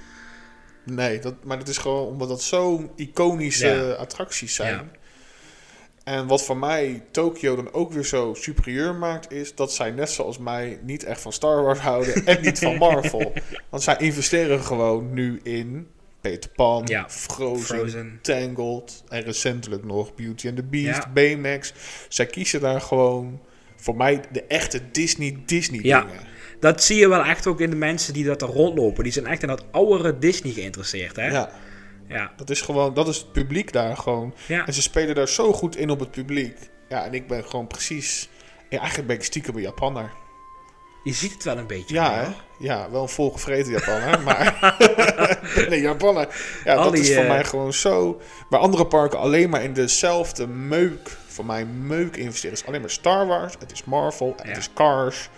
S2: Nee, dat, maar dat is gewoon omdat dat zo'n iconische
S3: Ja.
S2: attracties zijn.
S3: Ja.
S2: En wat voor mij Tokio dan ook weer zo superieur maakt, is dat zij net zoals mij niet echt van Star Wars houden en niet van
S3: [laughs]
S2: Marvel. Want zij investeren gewoon nu in Peter Pan,
S3: Ja,
S2: Frozen,
S3: Frozen.
S2: Tangled en recentelijk nog Beauty and the Beast,
S3: Ja.
S2: Baymax. Zij kiezen daar gewoon voor mij de echte Disney-Disney
S3: Ja.
S2: dingen.
S3: Dat zie je wel echt ook in de mensen die dat er rondlopen. Die zijn echt in dat oudere Disney geïnteresseerd, hè?
S2: Ja,
S3: ja.
S2: dat is gewoon, dat is het publiek daar gewoon.
S3: Ja.
S2: En ze spelen daar zo goed in op het publiek. Ja, en ik ben gewoon precies. Ja, eigenlijk ben ik stiekem een Japanner.
S3: Je ziet het wel een beetje.
S2: Ja, hè? Ja, wel een volgevreten Japanner, [laughs]
S3: [laughs]
S2: maar... nee, Japanner. Ja,
S3: Al
S2: dat
S3: die,
S2: is voor
S3: eh,
S2: mij gewoon zo... Waar andere parken alleen maar in dezelfde meuk... Voor mij meuk investeren. Het is alleen maar Star Wars, het is Marvel, en het
S3: Ja.
S2: is Cars.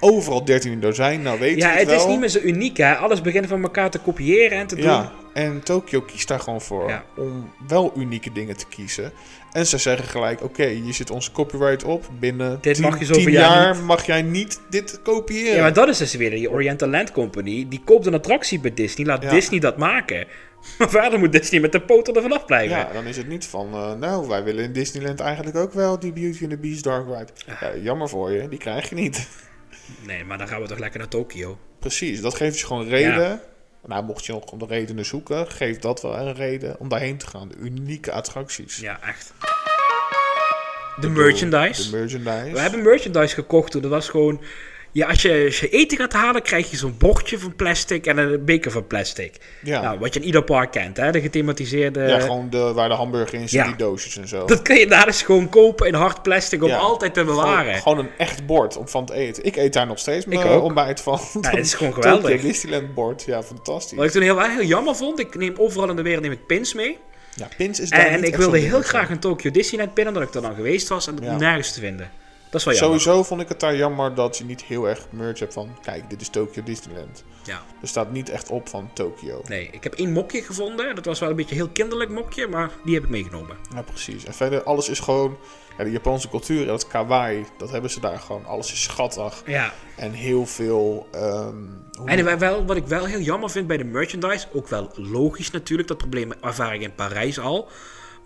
S2: Overal 13 dozijn, nou weet je
S3: Ja,
S2: het,
S3: het
S2: wel.
S3: is niet meer zo uniek, hè? Alles begint van elkaar te kopiëren en te doen.
S2: Ja, en Tokio kiest daar gewoon voor
S3: Ja.
S2: om wel unieke dingen te kiezen. En ze zeggen gelijk, oké, je zit onze copyright op. Binnen
S3: Dit
S2: 10
S3: mag je zoveel
S2: 10
S3: jaar
S2: jaar mag jij niet dit kopiëren.
S3: Ja, maar dat is dus weer die Oriental Land Company. Die koopt een attractie bij Disney. Laat
S2: Ja.
S3: Disney dat maken. [laughs] Maar verder moet Disney met de poten er vanaf blijven.
S2: Ja, dan is het niet van, eh, nou, wij willen in Disneyland eigenlijk ook wel die Beauty and the Beast Dark Ride. Ja, jammer voor je, die krijg je niet. [laughs]
S3: Nee, maar dan gaan we toch lekker naar Tokio.
S2: Precies, dat geeft je gewoon reden.
S3: Ja.
S2: Nou, mocht je nog om de redenen zoeken, geeft dat wel een reden om daarheen te gaan. De unieke attracties.
S3: Ja, echt. De merchandise.
S2: De merchandise.
S3: we hebben merchandise gekocht toen. Dat was gewoon... Ja, als je, als je eten gaat halen, krijg je zo'n bordje van plastic en een beker van plastic.
S2: Ja.
S3: Nou, wat je in ieder park kent, hè? De gethematiseerde...
S2: ja, gewoon de, waar de hamburger in zit,
S3: eh, Ja.
S2: die doosjes en zo.
S3: Dat kun je daar dus gewoon kopen in hard plastic om
S2: Ja.
S3: altijd te bewaren.
S2: Gewoon, gewoon een echt bord om van te eten. Ik eet daar nog steeds mijn eh,
S3: Ik ook.
S2: ontbijt [laughs] van.
S3: Ja, het is gewoon
S2: Tokyo
S3: geweldig.
S2: Disneyland bord, ja, fantastisch.
S3: Wat ik toen heel, heel jammer vond, ik neem overal in de wereld neem ik pins mee.
S2: Ja, pins is daar
S3: En,
S2: niet
S3: ik
S2: echt
S3: wilde
S2: zo'n
S3: heel
S2: ding van.
S3: graag een Tokyo Disneyland pin, omdat ik er dan geweest was en dat
S2: Ja.
S3: nergens te vinden. Dat is wel jammer.
S2: Sowieso vond ik het daar jammer dat je niet heel erg merch hebt van... Kijk, dit is Tokyo Disneyland.
S3: Ja.
S2: Er staat niet echt op van Tokyo.
S3: Nee, ik heb één mokje gevonden. Dat was wel een beetje een heel kinderlijk mokje, maar die heb ik meegenomen.
S2: Ja, precies. En verder, alles is gewoon... Ja, de Japanse cultuur en dat kawaii, dat hebben ze daar gewoon. Alles is schattig.
S3: Ja.
S2: En heel veel... ehm, hoe
S3: En wij- wel, wat ik wel heel jammer vind bij de merchandise, ook wel logisch natuurlijk, dat probleem ervaar ik in Parijs al.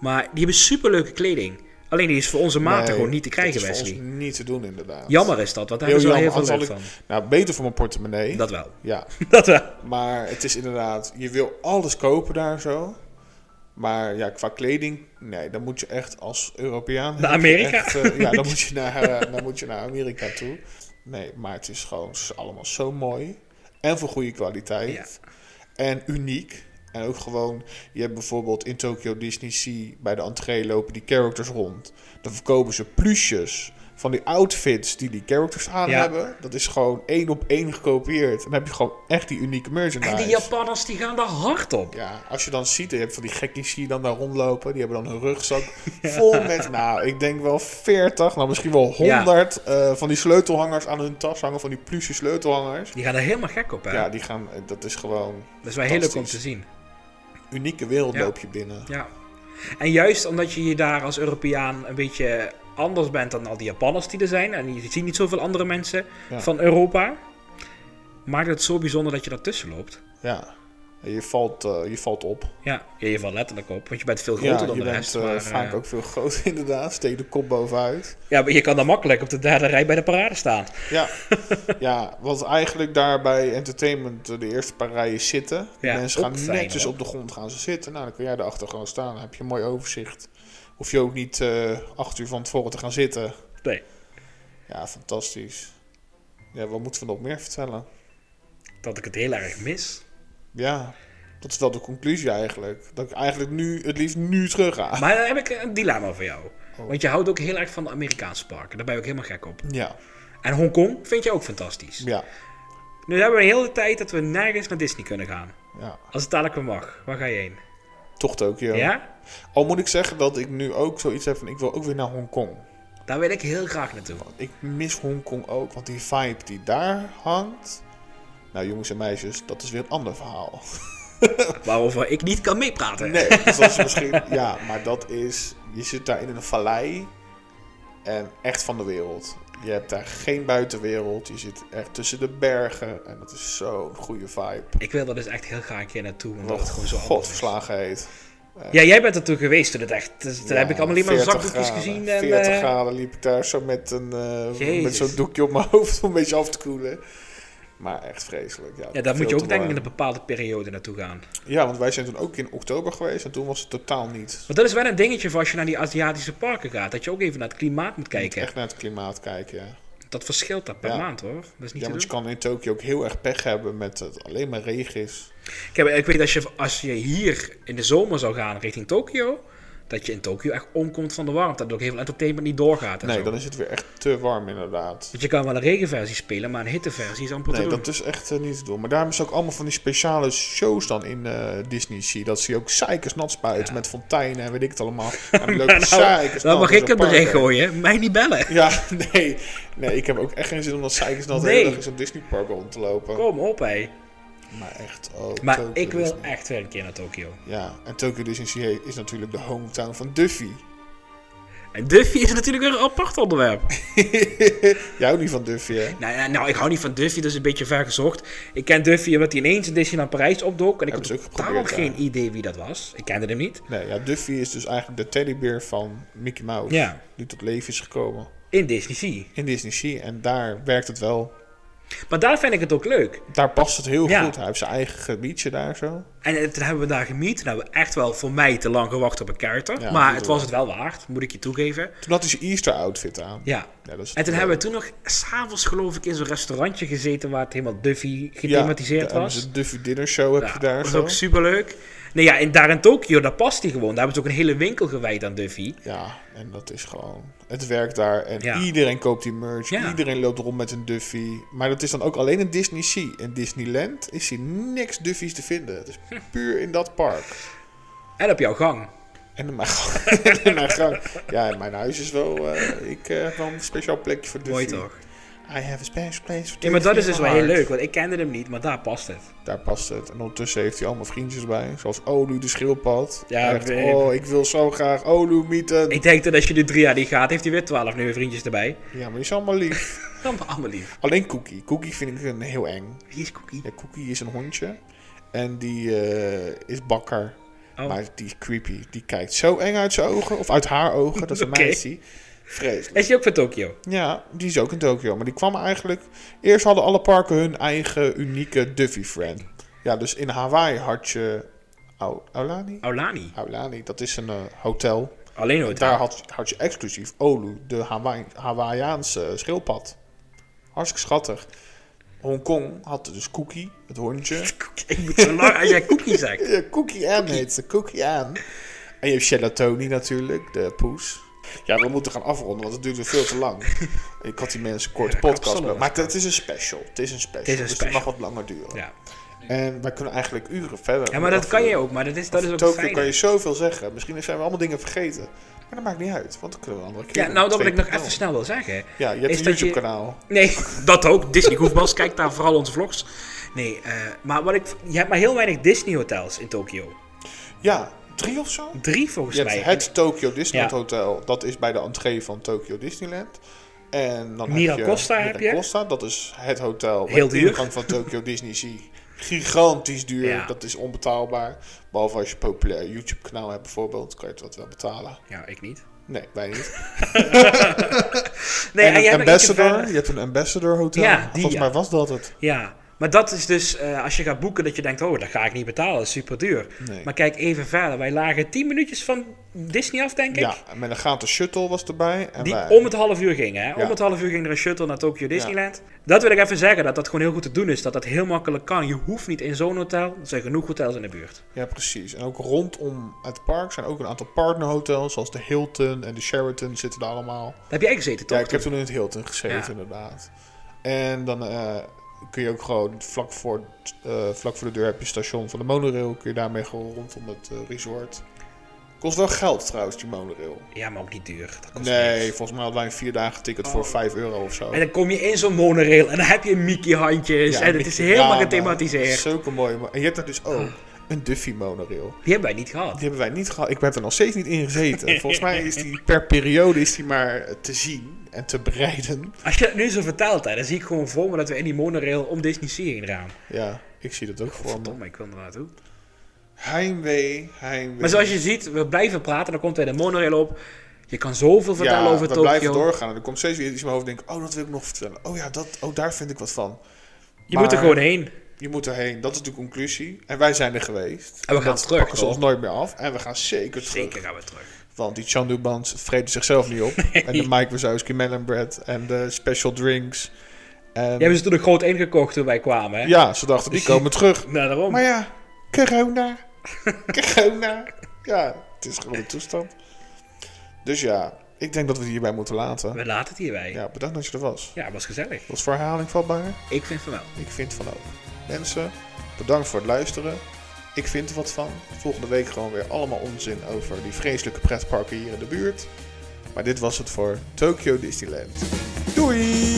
S3: Maar die hebben superleuke kleding. Alleen die is voor onze maten
S2: Nee,
S3: gewoon niet te krijgen,
S2: dat is voor
S3: Wesley.
S2: ons niet te doen, inderdaad.
S3: Jammer is dat, want daar hebben ze wel heel veel
S2: jammer,
S3: leuk van.
S2: anders had ik- Nou, beter voor mijn portemonnee.
S3: Dat
S2: [laughs]
S3: wel.
S2: Ja,
S3: Dat wel.
S2: maar het is inderdaad... Je wil alles kopen daar zo. Maar ja, qua kleding, nee, dan moet je echt als Europeaan...
S3: Naar
S2: moet je
S3: Amerika?
S2: echt, eh,
S3: [laughs]
S2: ja, dan moet, je naar, eh, dan moet je naar Amerika toe. Nee, maar het is gewoon s- allemaal zo mooi. En voor goede kwaliteit.
S3: Ja.
S2: En uniek. En ook gewoon, je hebt bijvoorbeeld in Tokyo Disney Sea... bij de entree lopen die characters rond. Dan verkopen ze plusjes van die outfits die die characters aan
S3: Ja.
S2: hebben. Dat is gewoon één op één gekopieerd. En dan heb je gewoon echt die unieke merchandise.
S3: En die Japanners die gaan daar hard op.
S2: Ja, als je dan ziet, je hebt van die gekkies die dan daar rondlopen. Die hebben dan hun
S3: [laughs]
S2: rugzak vol met, nou, ik denk wel 40, nou misschien wel 100 eh, van die sleutelhangers aan hun tas hangen. Van die pluche sleutelhangers.
S3: Die gaan er helemaal gek op, hè?
S2: Ja, die gaan, eh, dat is gewoon
S3: dat is wel heel leuk om te
S2: fantastisch.
S3: zien.
S2: unieke wereld
S3: Ja.
S2: loop je binnen.
S3: Ja. En juist omdat je je daar als Europeaan een beetje anders bent dan al die Japanners die er zijn. En je ziet niet zoveel andere mensen
S2: Ja.
S3: van Europa. Maakt het zo bijzonder dat je daartussen loopt.
S2: Ja, En je valt, eh, je valt op.
S3: Ja, ja, je valt letterlijk op, want je bent veel groter
S2: Ja,
S3: dan
S2: je
S3: de
S2: bent
S3: rest.
S2: eh,
S3: maar,
S2: vaak
S3: eh,
S2: ook veel groter [laughs] inderdaad. Steek de kop bovenuit.
S3: Ja, maar je kan dan makkelijk op de derde rij bij de parade staan. [laughs]
S2: Ja, ja want eigenlijk daar bij entertainment eh, de eerste paar rijen zitten. Die
S3: Ja,
S2: mensen gaan
S3: opzij,
S2: netjes
S3: hoor.
S2: op de grond gaan ze zitten. Nou, dan kun jij daarachter gewoon staan. Dan heb je een mooi overzicht. Hoef je ook niet eh, acht uur van tevoren te gaan zitten.
S3: Nee,
S2: Ja, fantastisch. Ja, wat moeten we nog meer vertellen?
S3: dat ik het heel erg mis.
S2: Ja, dat is wel de conclusie eigenlijk. Dat ik eigenlijk nu, het liefst nu terug ga.
S3: Maar dan heb ik een dilemma voor jou.
S2: Oh.
S3: Want je houdt ook heel erg van de Amerikaanse parken. Daar ben je ook helemaal gek op.
S2: Ja,
S3: En Hongkong vind je ook fantastisch.
S2: ja,
S3: Nu hebben we een hele tijd dat we nergens naar Disney kunnen gaan.
S2: ja.
S3: Als het dadelijk weer mag, waar ga je heen?
S2: Toch Tokio.
S3: Ja?
S2: Al moet ik zeggen dat ik nu ook zoiets heb van ik wil ook weer naar Hongkong.
S3: Daar wil ik heel graag naartoe.
S2: Ik mis Hongkong ook, want die vibe die daar hangt. Nou, jongens en meisjes, dat is weer een ander verhaal. [laughs]
S3: Waarover ik niet kan meepraten.
S2: Nee, dus [laughs] dat is misschien. Ja, maar dat is. Je zit daar in een vallei. En echt van de wereld. Je hebt daar geen buitenwereld. Je zit echt tussen de bergen. En dat is zo'n goede vibe.
S3: Ik wil er dus echt heel graag een keer naartoe, omdat het
S2: Wat
S3: gewoon zo
S2: God
S3: anders is.
S2: verslagen heet.
S3: Ja, jij bent er toen geweest toen het echt... dus Daar heb ik allemaal alleen maar
S2: 40
S3: zakdoekjes
S2: graden.
S3: gezien en...
S2: 40
S3: eh,
S2: graden liep ik daar zo met, een, eh, met
S3: Jezus.
S2: zo'n doekje op mijn [laughs] hoofd om een beetje af te koelen. Maar echt vreselijk. Ja,
S3: ja, daar moet je
S2: veel
S3: ook
S2: te
S3: denk ik in
S2: warm.
S3: een bepaalde periode naartoe gaan.
S2: Ja, want wij zijn toen ook in oktober geweest en toen was het totaal niet.
S3: Want dat is wel een dingetje voor als je naar die Aziatische parken gaat. Dat je ook even naar het klimaat moet kijken.
S2: Echt naar het klimaat kijken, ja.
S3: Dat verschilt daar per
S2: Ja.
S3: maand hoor. Dat is niet
S2: Ja,
S3: te
S2: want je
S3: doen.
S2: kan in Tokio ook heel erg pech hebben met dat het alleen maar regen is.
S3: Kijk, ik weet dat je, als je hier in de zomer zou gaan richting Tokio... dat je in Tokio echt omkomt van de warmte. Dat er ook heel veel entertainment niet doorgaat en
S2: Nee,
S3: zo.
S2: dan is het weer echt te warm inderdaad.
S3: Want je kan wel een regenversie spelen, maar een hitteversie is amper
S2: Nee,
S3: te doen.
S2: dat is echt eh, niet te doen. Maar daarom is ook allemaal van die speciale shows dan in eh, Disney Sea. Dat ze je ook zeikers nat spuiten met fonteinen en weet ik het
S3: [laughs]
S2: allemaal. En die lopen zeikers
S3: nou
S2: nat
S3: mag
S2: door
S3: ik
S2: zo'n
S3: het erin
S2: park heen.
S3: gooien, mij niet bellen.
S2: Ja, [laughs] nee. Nee, ik heb ook echt geen zin om dat zeikers nat de
S3: Nee.
S2: hele dag in zo'n Disneypark rond te lopen.
S3: Kom op, hé.
S2: Maar echt, oh,
S3: Maar
S2: Tokio
S3: ik wil
S2: Disney.
S3: echt weer een keer naar Tokio.
S2: Ja, en Tokyo Disney Sea is natuurlijk de hometown van Duffy.
S3: En Duffy is natuurlijk weer een apart onderwerp. [laughs]
S2: Jij houdt niet van Duffy, hè?
S3: nou, ja, nou, ik hou niet van Duffy, dat is een beetje ver gezocht. Ik ken Duffy omdat hij ineens in Disneyland Parijs opdook. En ik
S2: Hebben
S3: had
S2: ze ook
S3: totaal
S2: geprobeerd,
S3: geen
S2: ja.
S3: idee wie dat was. Ik kende hem niet.
S2: Nee, ja, Duffy is dus eigenlijk de teddybeer van Mickey Mouse.
S3: Ja.
S2: Die tot leven is gekomen
S3: In Disney Sea.
S2: in Disney Sea. En daar werkt het wel.
S3: Maar daar vind ik het ook leuk.
S2: Daar past het heel
S3: Ja.
S2: goed. Hij heeft zijn eigen gebiedje daar zo.
S3: En eh, toen hebben we daar gemiet. Toen hebben we echt wel voor mij te lang gewacht op een character.
S2: Ja,
S3: maar
S2: dat
S3: het
S2: wel.
S3: was het wel waard, moet ik je toegeven.
S2: Toen had hij zijn Easter outfit aan.
S3: Ja,
S2: Ja, dat is
S3: En toen hebben we toen nog s'avonds geloof ik in zo'n restaurantje gezeten waar het helemaal Duffy
S2: Ja,
S3: gethematiseerd
S2: daar hebben ze
S3: was.
S2: de Duffy Dinner Show heb
S3: Ja,
S2: je daar
S3: was
S2: zo.
S3: ook superleuk. Nee ja, en daar in Tokio, daar past hij gewoon. Daar hebben ze ook een hele winkel gewijd aan Duffy.
S2: Ja, en dat is gewoon... Het werkt daar en
S3: Ja.
S2: iedereen koopt die merch.
S3: Ja.
S2: Iedereen loopt rond met een Duffy. Maar dat is dan ook alleen in Disney Sea. In Disneyland is hier niks Duffy's te vinden. Het
S3: [laughs]
S2: is puur in dat park.
S3: En op jouw gang.
S2: En in mijn, [laughs] gang- en in mijn gang. Ja, in mijn huis is wel. eh, ik eh, heb wel een speciaal plekje voor Duffy.
S3: Mooi toch?
S2: I have a special place for Duffy.
S3: Ja, maar dat is
S2: in
S3: dus
S2: my
S3: wel heel
S2: heart.
S3: leuk, want ik kende hem niet, maar daar past het.
S2: Daar past het. En ondertussen heeft hij allemaal vriendjes bij. Zoals Olu de schildpad.
S3: Ja,
S2: Echt,
S3: we-
S2: oh, ik wil zo graag Olu mieten.
S3: Ik denk dat als je nu drie jaar niet gaat, heeft hij weer twaalf nieuwe vriendjes erbij.
S2: Ja, maar die is allemaal lief. [laughs]
S3: Allemaal allemaal lief.
S2: Alleen Cookie. Cookie vind ik een heel eng.
S3: Wie is Cookie?
S2: Ja, Cookie is een hondje. En die eh, is bakker.
S3: Oh.
S2: Maar die is creepy. Die kijkt zo eng uit zijn ogen. Of uit haar ogen. Dat is een
S3: [laughs] Oké.
S2: meisje. Vreselijk.
S3: Is hij ook van Tokio?
S2: Ja, die is ook in Tokio. Maar die kwam eigenlijk... Eerst hadden alle parken hun eigen unieke Duffy-friend. Ja, dus in Hawaii had je Au- Aulani?
S3: Aulani.
S2: Aulani, dat is een eh, hotel.
S3: Alleen hotel.
S2: Daar had, had je exclusief Olu, de Hawaii, Hawaiiaanse schildpad. Hartstikke schattig. Hongkong had dus Cookie, het
S3: [laughs]
S2: hondje.
S3: [laughs] Ik moet zo lang als jij cookie zegt.
S2: Ja, Cookie Ann heet ze, Cookie Ann. En je hebt Shelatoni natuurlijk, de poes. Ja, we moeten gaan afronden, want het duurde veel te
S3: [laughs]
S2: lang. Ik had die mensen kort
S3: Ja,
S2: podcast.
S3: kapsalon
S2: Met,
S3: was
S2: maar het is een special. Het is een special.
S3: Het is een
S2: dus
S3: special.
S2: het mag wat langer duren.
S3: Ja.
S2: En wij kunnen eigenlijk uren verder.
S3: ja, maar dat kan je ook. Maar dat is, dat is ook
S2: Tokio
S3: fijn.
S2: kan je zoveel zeggen. Misschien zijn we allemaal dingen vergeten. Maar dat maakt niet uit, want dan kunnen we een andere keer.
S3: Ja, nou, dat
S2: dat
S3: wil ik nog even snel wil zeggen.
S2: Ja, je hebt
S3: is
S2: een
S3: dat je-
S2: YouTube-kanaal.
S3: Nee, [laughs] dat ook. Disney Goofballs, kijk daar vooral onze vlogs. Nee, eh, maar wat ik, je hebt maar heel weinig Disney hotels in Tokio.
S2: Ja, drie of zo?
S3: Drie volgens
S2: Je
S3: mij.
S2: hebt het Tokyo Disneyland
S3: Ja.
S2: Hotel. Dat is bij de entree van Tokyo Disneyland. En dan heb je
S3: Miracosta heb je.
S2: Miracosta, dat is het hotel bij
S3: Heel
S2: de
S3: duur.
S2: ingang van Tokyo Disney Sea. Gigantisch duur,
S3: Ja.
S2: dat is onbetaalbaar. Behalve als je een populair YouTube kanaal hebt bijvoorbeeld, kan je dat wel betalen.
S3: Ja, ik niet.
S2: Nee, wij niet.
S3: Nee,
S2: en
S3: jij
S2: een
S3: hebt nog ietsje
S2: ambassador, je
S3: verder.
S2: hebt een ambassador hotel.
S3: Ja, die,
S2: Volgens
S3: ja.
S2: mij was dat het.
S3: Ja, maar dat is dus eh, als je gaat boeken dat je denkt, oh, dat ga ik niet betalen, dat is super duur.
S2: Nee.
S3: Maar kijk even verder. Wij lagen 10 minuutjes van Disney af, denk ik.
S2: Ja, en met een gaten shuttle was erbij. En
S3: Die
S2: wij-
S3: om het half uur ging, hè? Om
S2: Ja.
S3: het half uur ging er een shuttle naar Tokyo Disneyland. Dat wil ik even zeggen, dat dat gewoon heel goed te doen is. Dat dat heel makkelijk kan. Je hoeft niet in zo'n hotel. Er zijn genoeg hotels in de buurt.
S2: Ja, precies. En ook rondom het park zijn ook een aantal partnerhotels, zoals de Hilton en de Sheraton zitten daar allemaal.
S3: Daar heb jij gezeten, toch?
S2: Ja, ik heb toen in het Hilton gezeten,
S3: Ja.
S2: inderdaad. En dan eh, kun je ook gewoon vlak voor, het, eh, vlak voor de deur heb je het station van de monorail. Kun je daarmee gewoon rondom het eh, resort. Kost wel geld trouwens, die monorail.
S3: Ja, maar ook niet duur. Dat kost
S2: Nee,
S3: niks. Oh.
S2: volgens mij hadden wij een vier dagen ticket voor 5 euro of zo.
S3: En dan kom je in zo'n monorail en dan heb je Mickey-handjes. en het is helemaal gethematiseerd. Oh.
S2: Zulke mooie. mo- En je hebt daar dus ook een Duffy monorail.
S3: Die hebben wij niet gehad.
S2: Die hebben wij niet gehad. Ik heb er nog steeds niet in gezeten. Volgens mij is die per periode is die maar te zien en te bereiden.
S3: Als je dat nu zo vertelt, hè, dan zie ik gewoon voor me dat we in die monorail om Disney Sea heen gaan. Oh
S2: Ja, ik zie dat ook voor me.
S3: Verdomme, ik wil er naartoe.
S2: Heimwee, heimwee.
S3: Maar zoals je ziet, we blijven praten. Dan komt weer de monorail op. Je kan zoveel vertellen
S2: ja,
S3: over
S2: we
S3: Tokio.
S2: blijven doorgaan. En er komt steeds weer iets in mijn hoofd. Denk, ik, oh, dat wil ik nog vertellen. Oh ja, dat, oh, daar vind ik wat van.
S3: Je moet er
S2: Maar
S3: gewoon heen.
S2: Je moet erheen. Dat is de conclusie. En wij zijn er geweest.
S3: En we gaan
S2: dat
S3: terug,
S2: pakken ze
S3: toch?
S2: ons nooit meer af. En we gaan zeker terug.
S3: Zeker gaan we terug.
S2: Want die Chandu-bands vreten zichzelf
S3: [laughs]
S2: niet op. En de Mike Wazowski melon bread. En de special drinks. En
S3: Die hebben ze toen een groot ingekocht toen wij kwamen, hè?
S2: ja, ze dachten, die
S3: Dus-
S2: komen terug.
S3: Nou, daarom.
S2: Maar ja, [laughs] corona. corona. Ja, het is gewoon een toestand. Dus ja, ik denk dat we het hierbij moeten laten.
S3: We laten het hierbij. Ja,
S2: Ja, bedankt dat je er was.
S3: het was gezellig.
S2: Was voor herhaling vatbaar?
S3: Ik vind van wel.
S2: Ik vind van ook. Mensen, bedankt voor het luisteren. Ik vind er wat van. Volgende week gewoon weer allemaal onzin over die vreselijke pretparken hier in de buurt. Maar dit was het voor Tokyo Disneyland. Doei!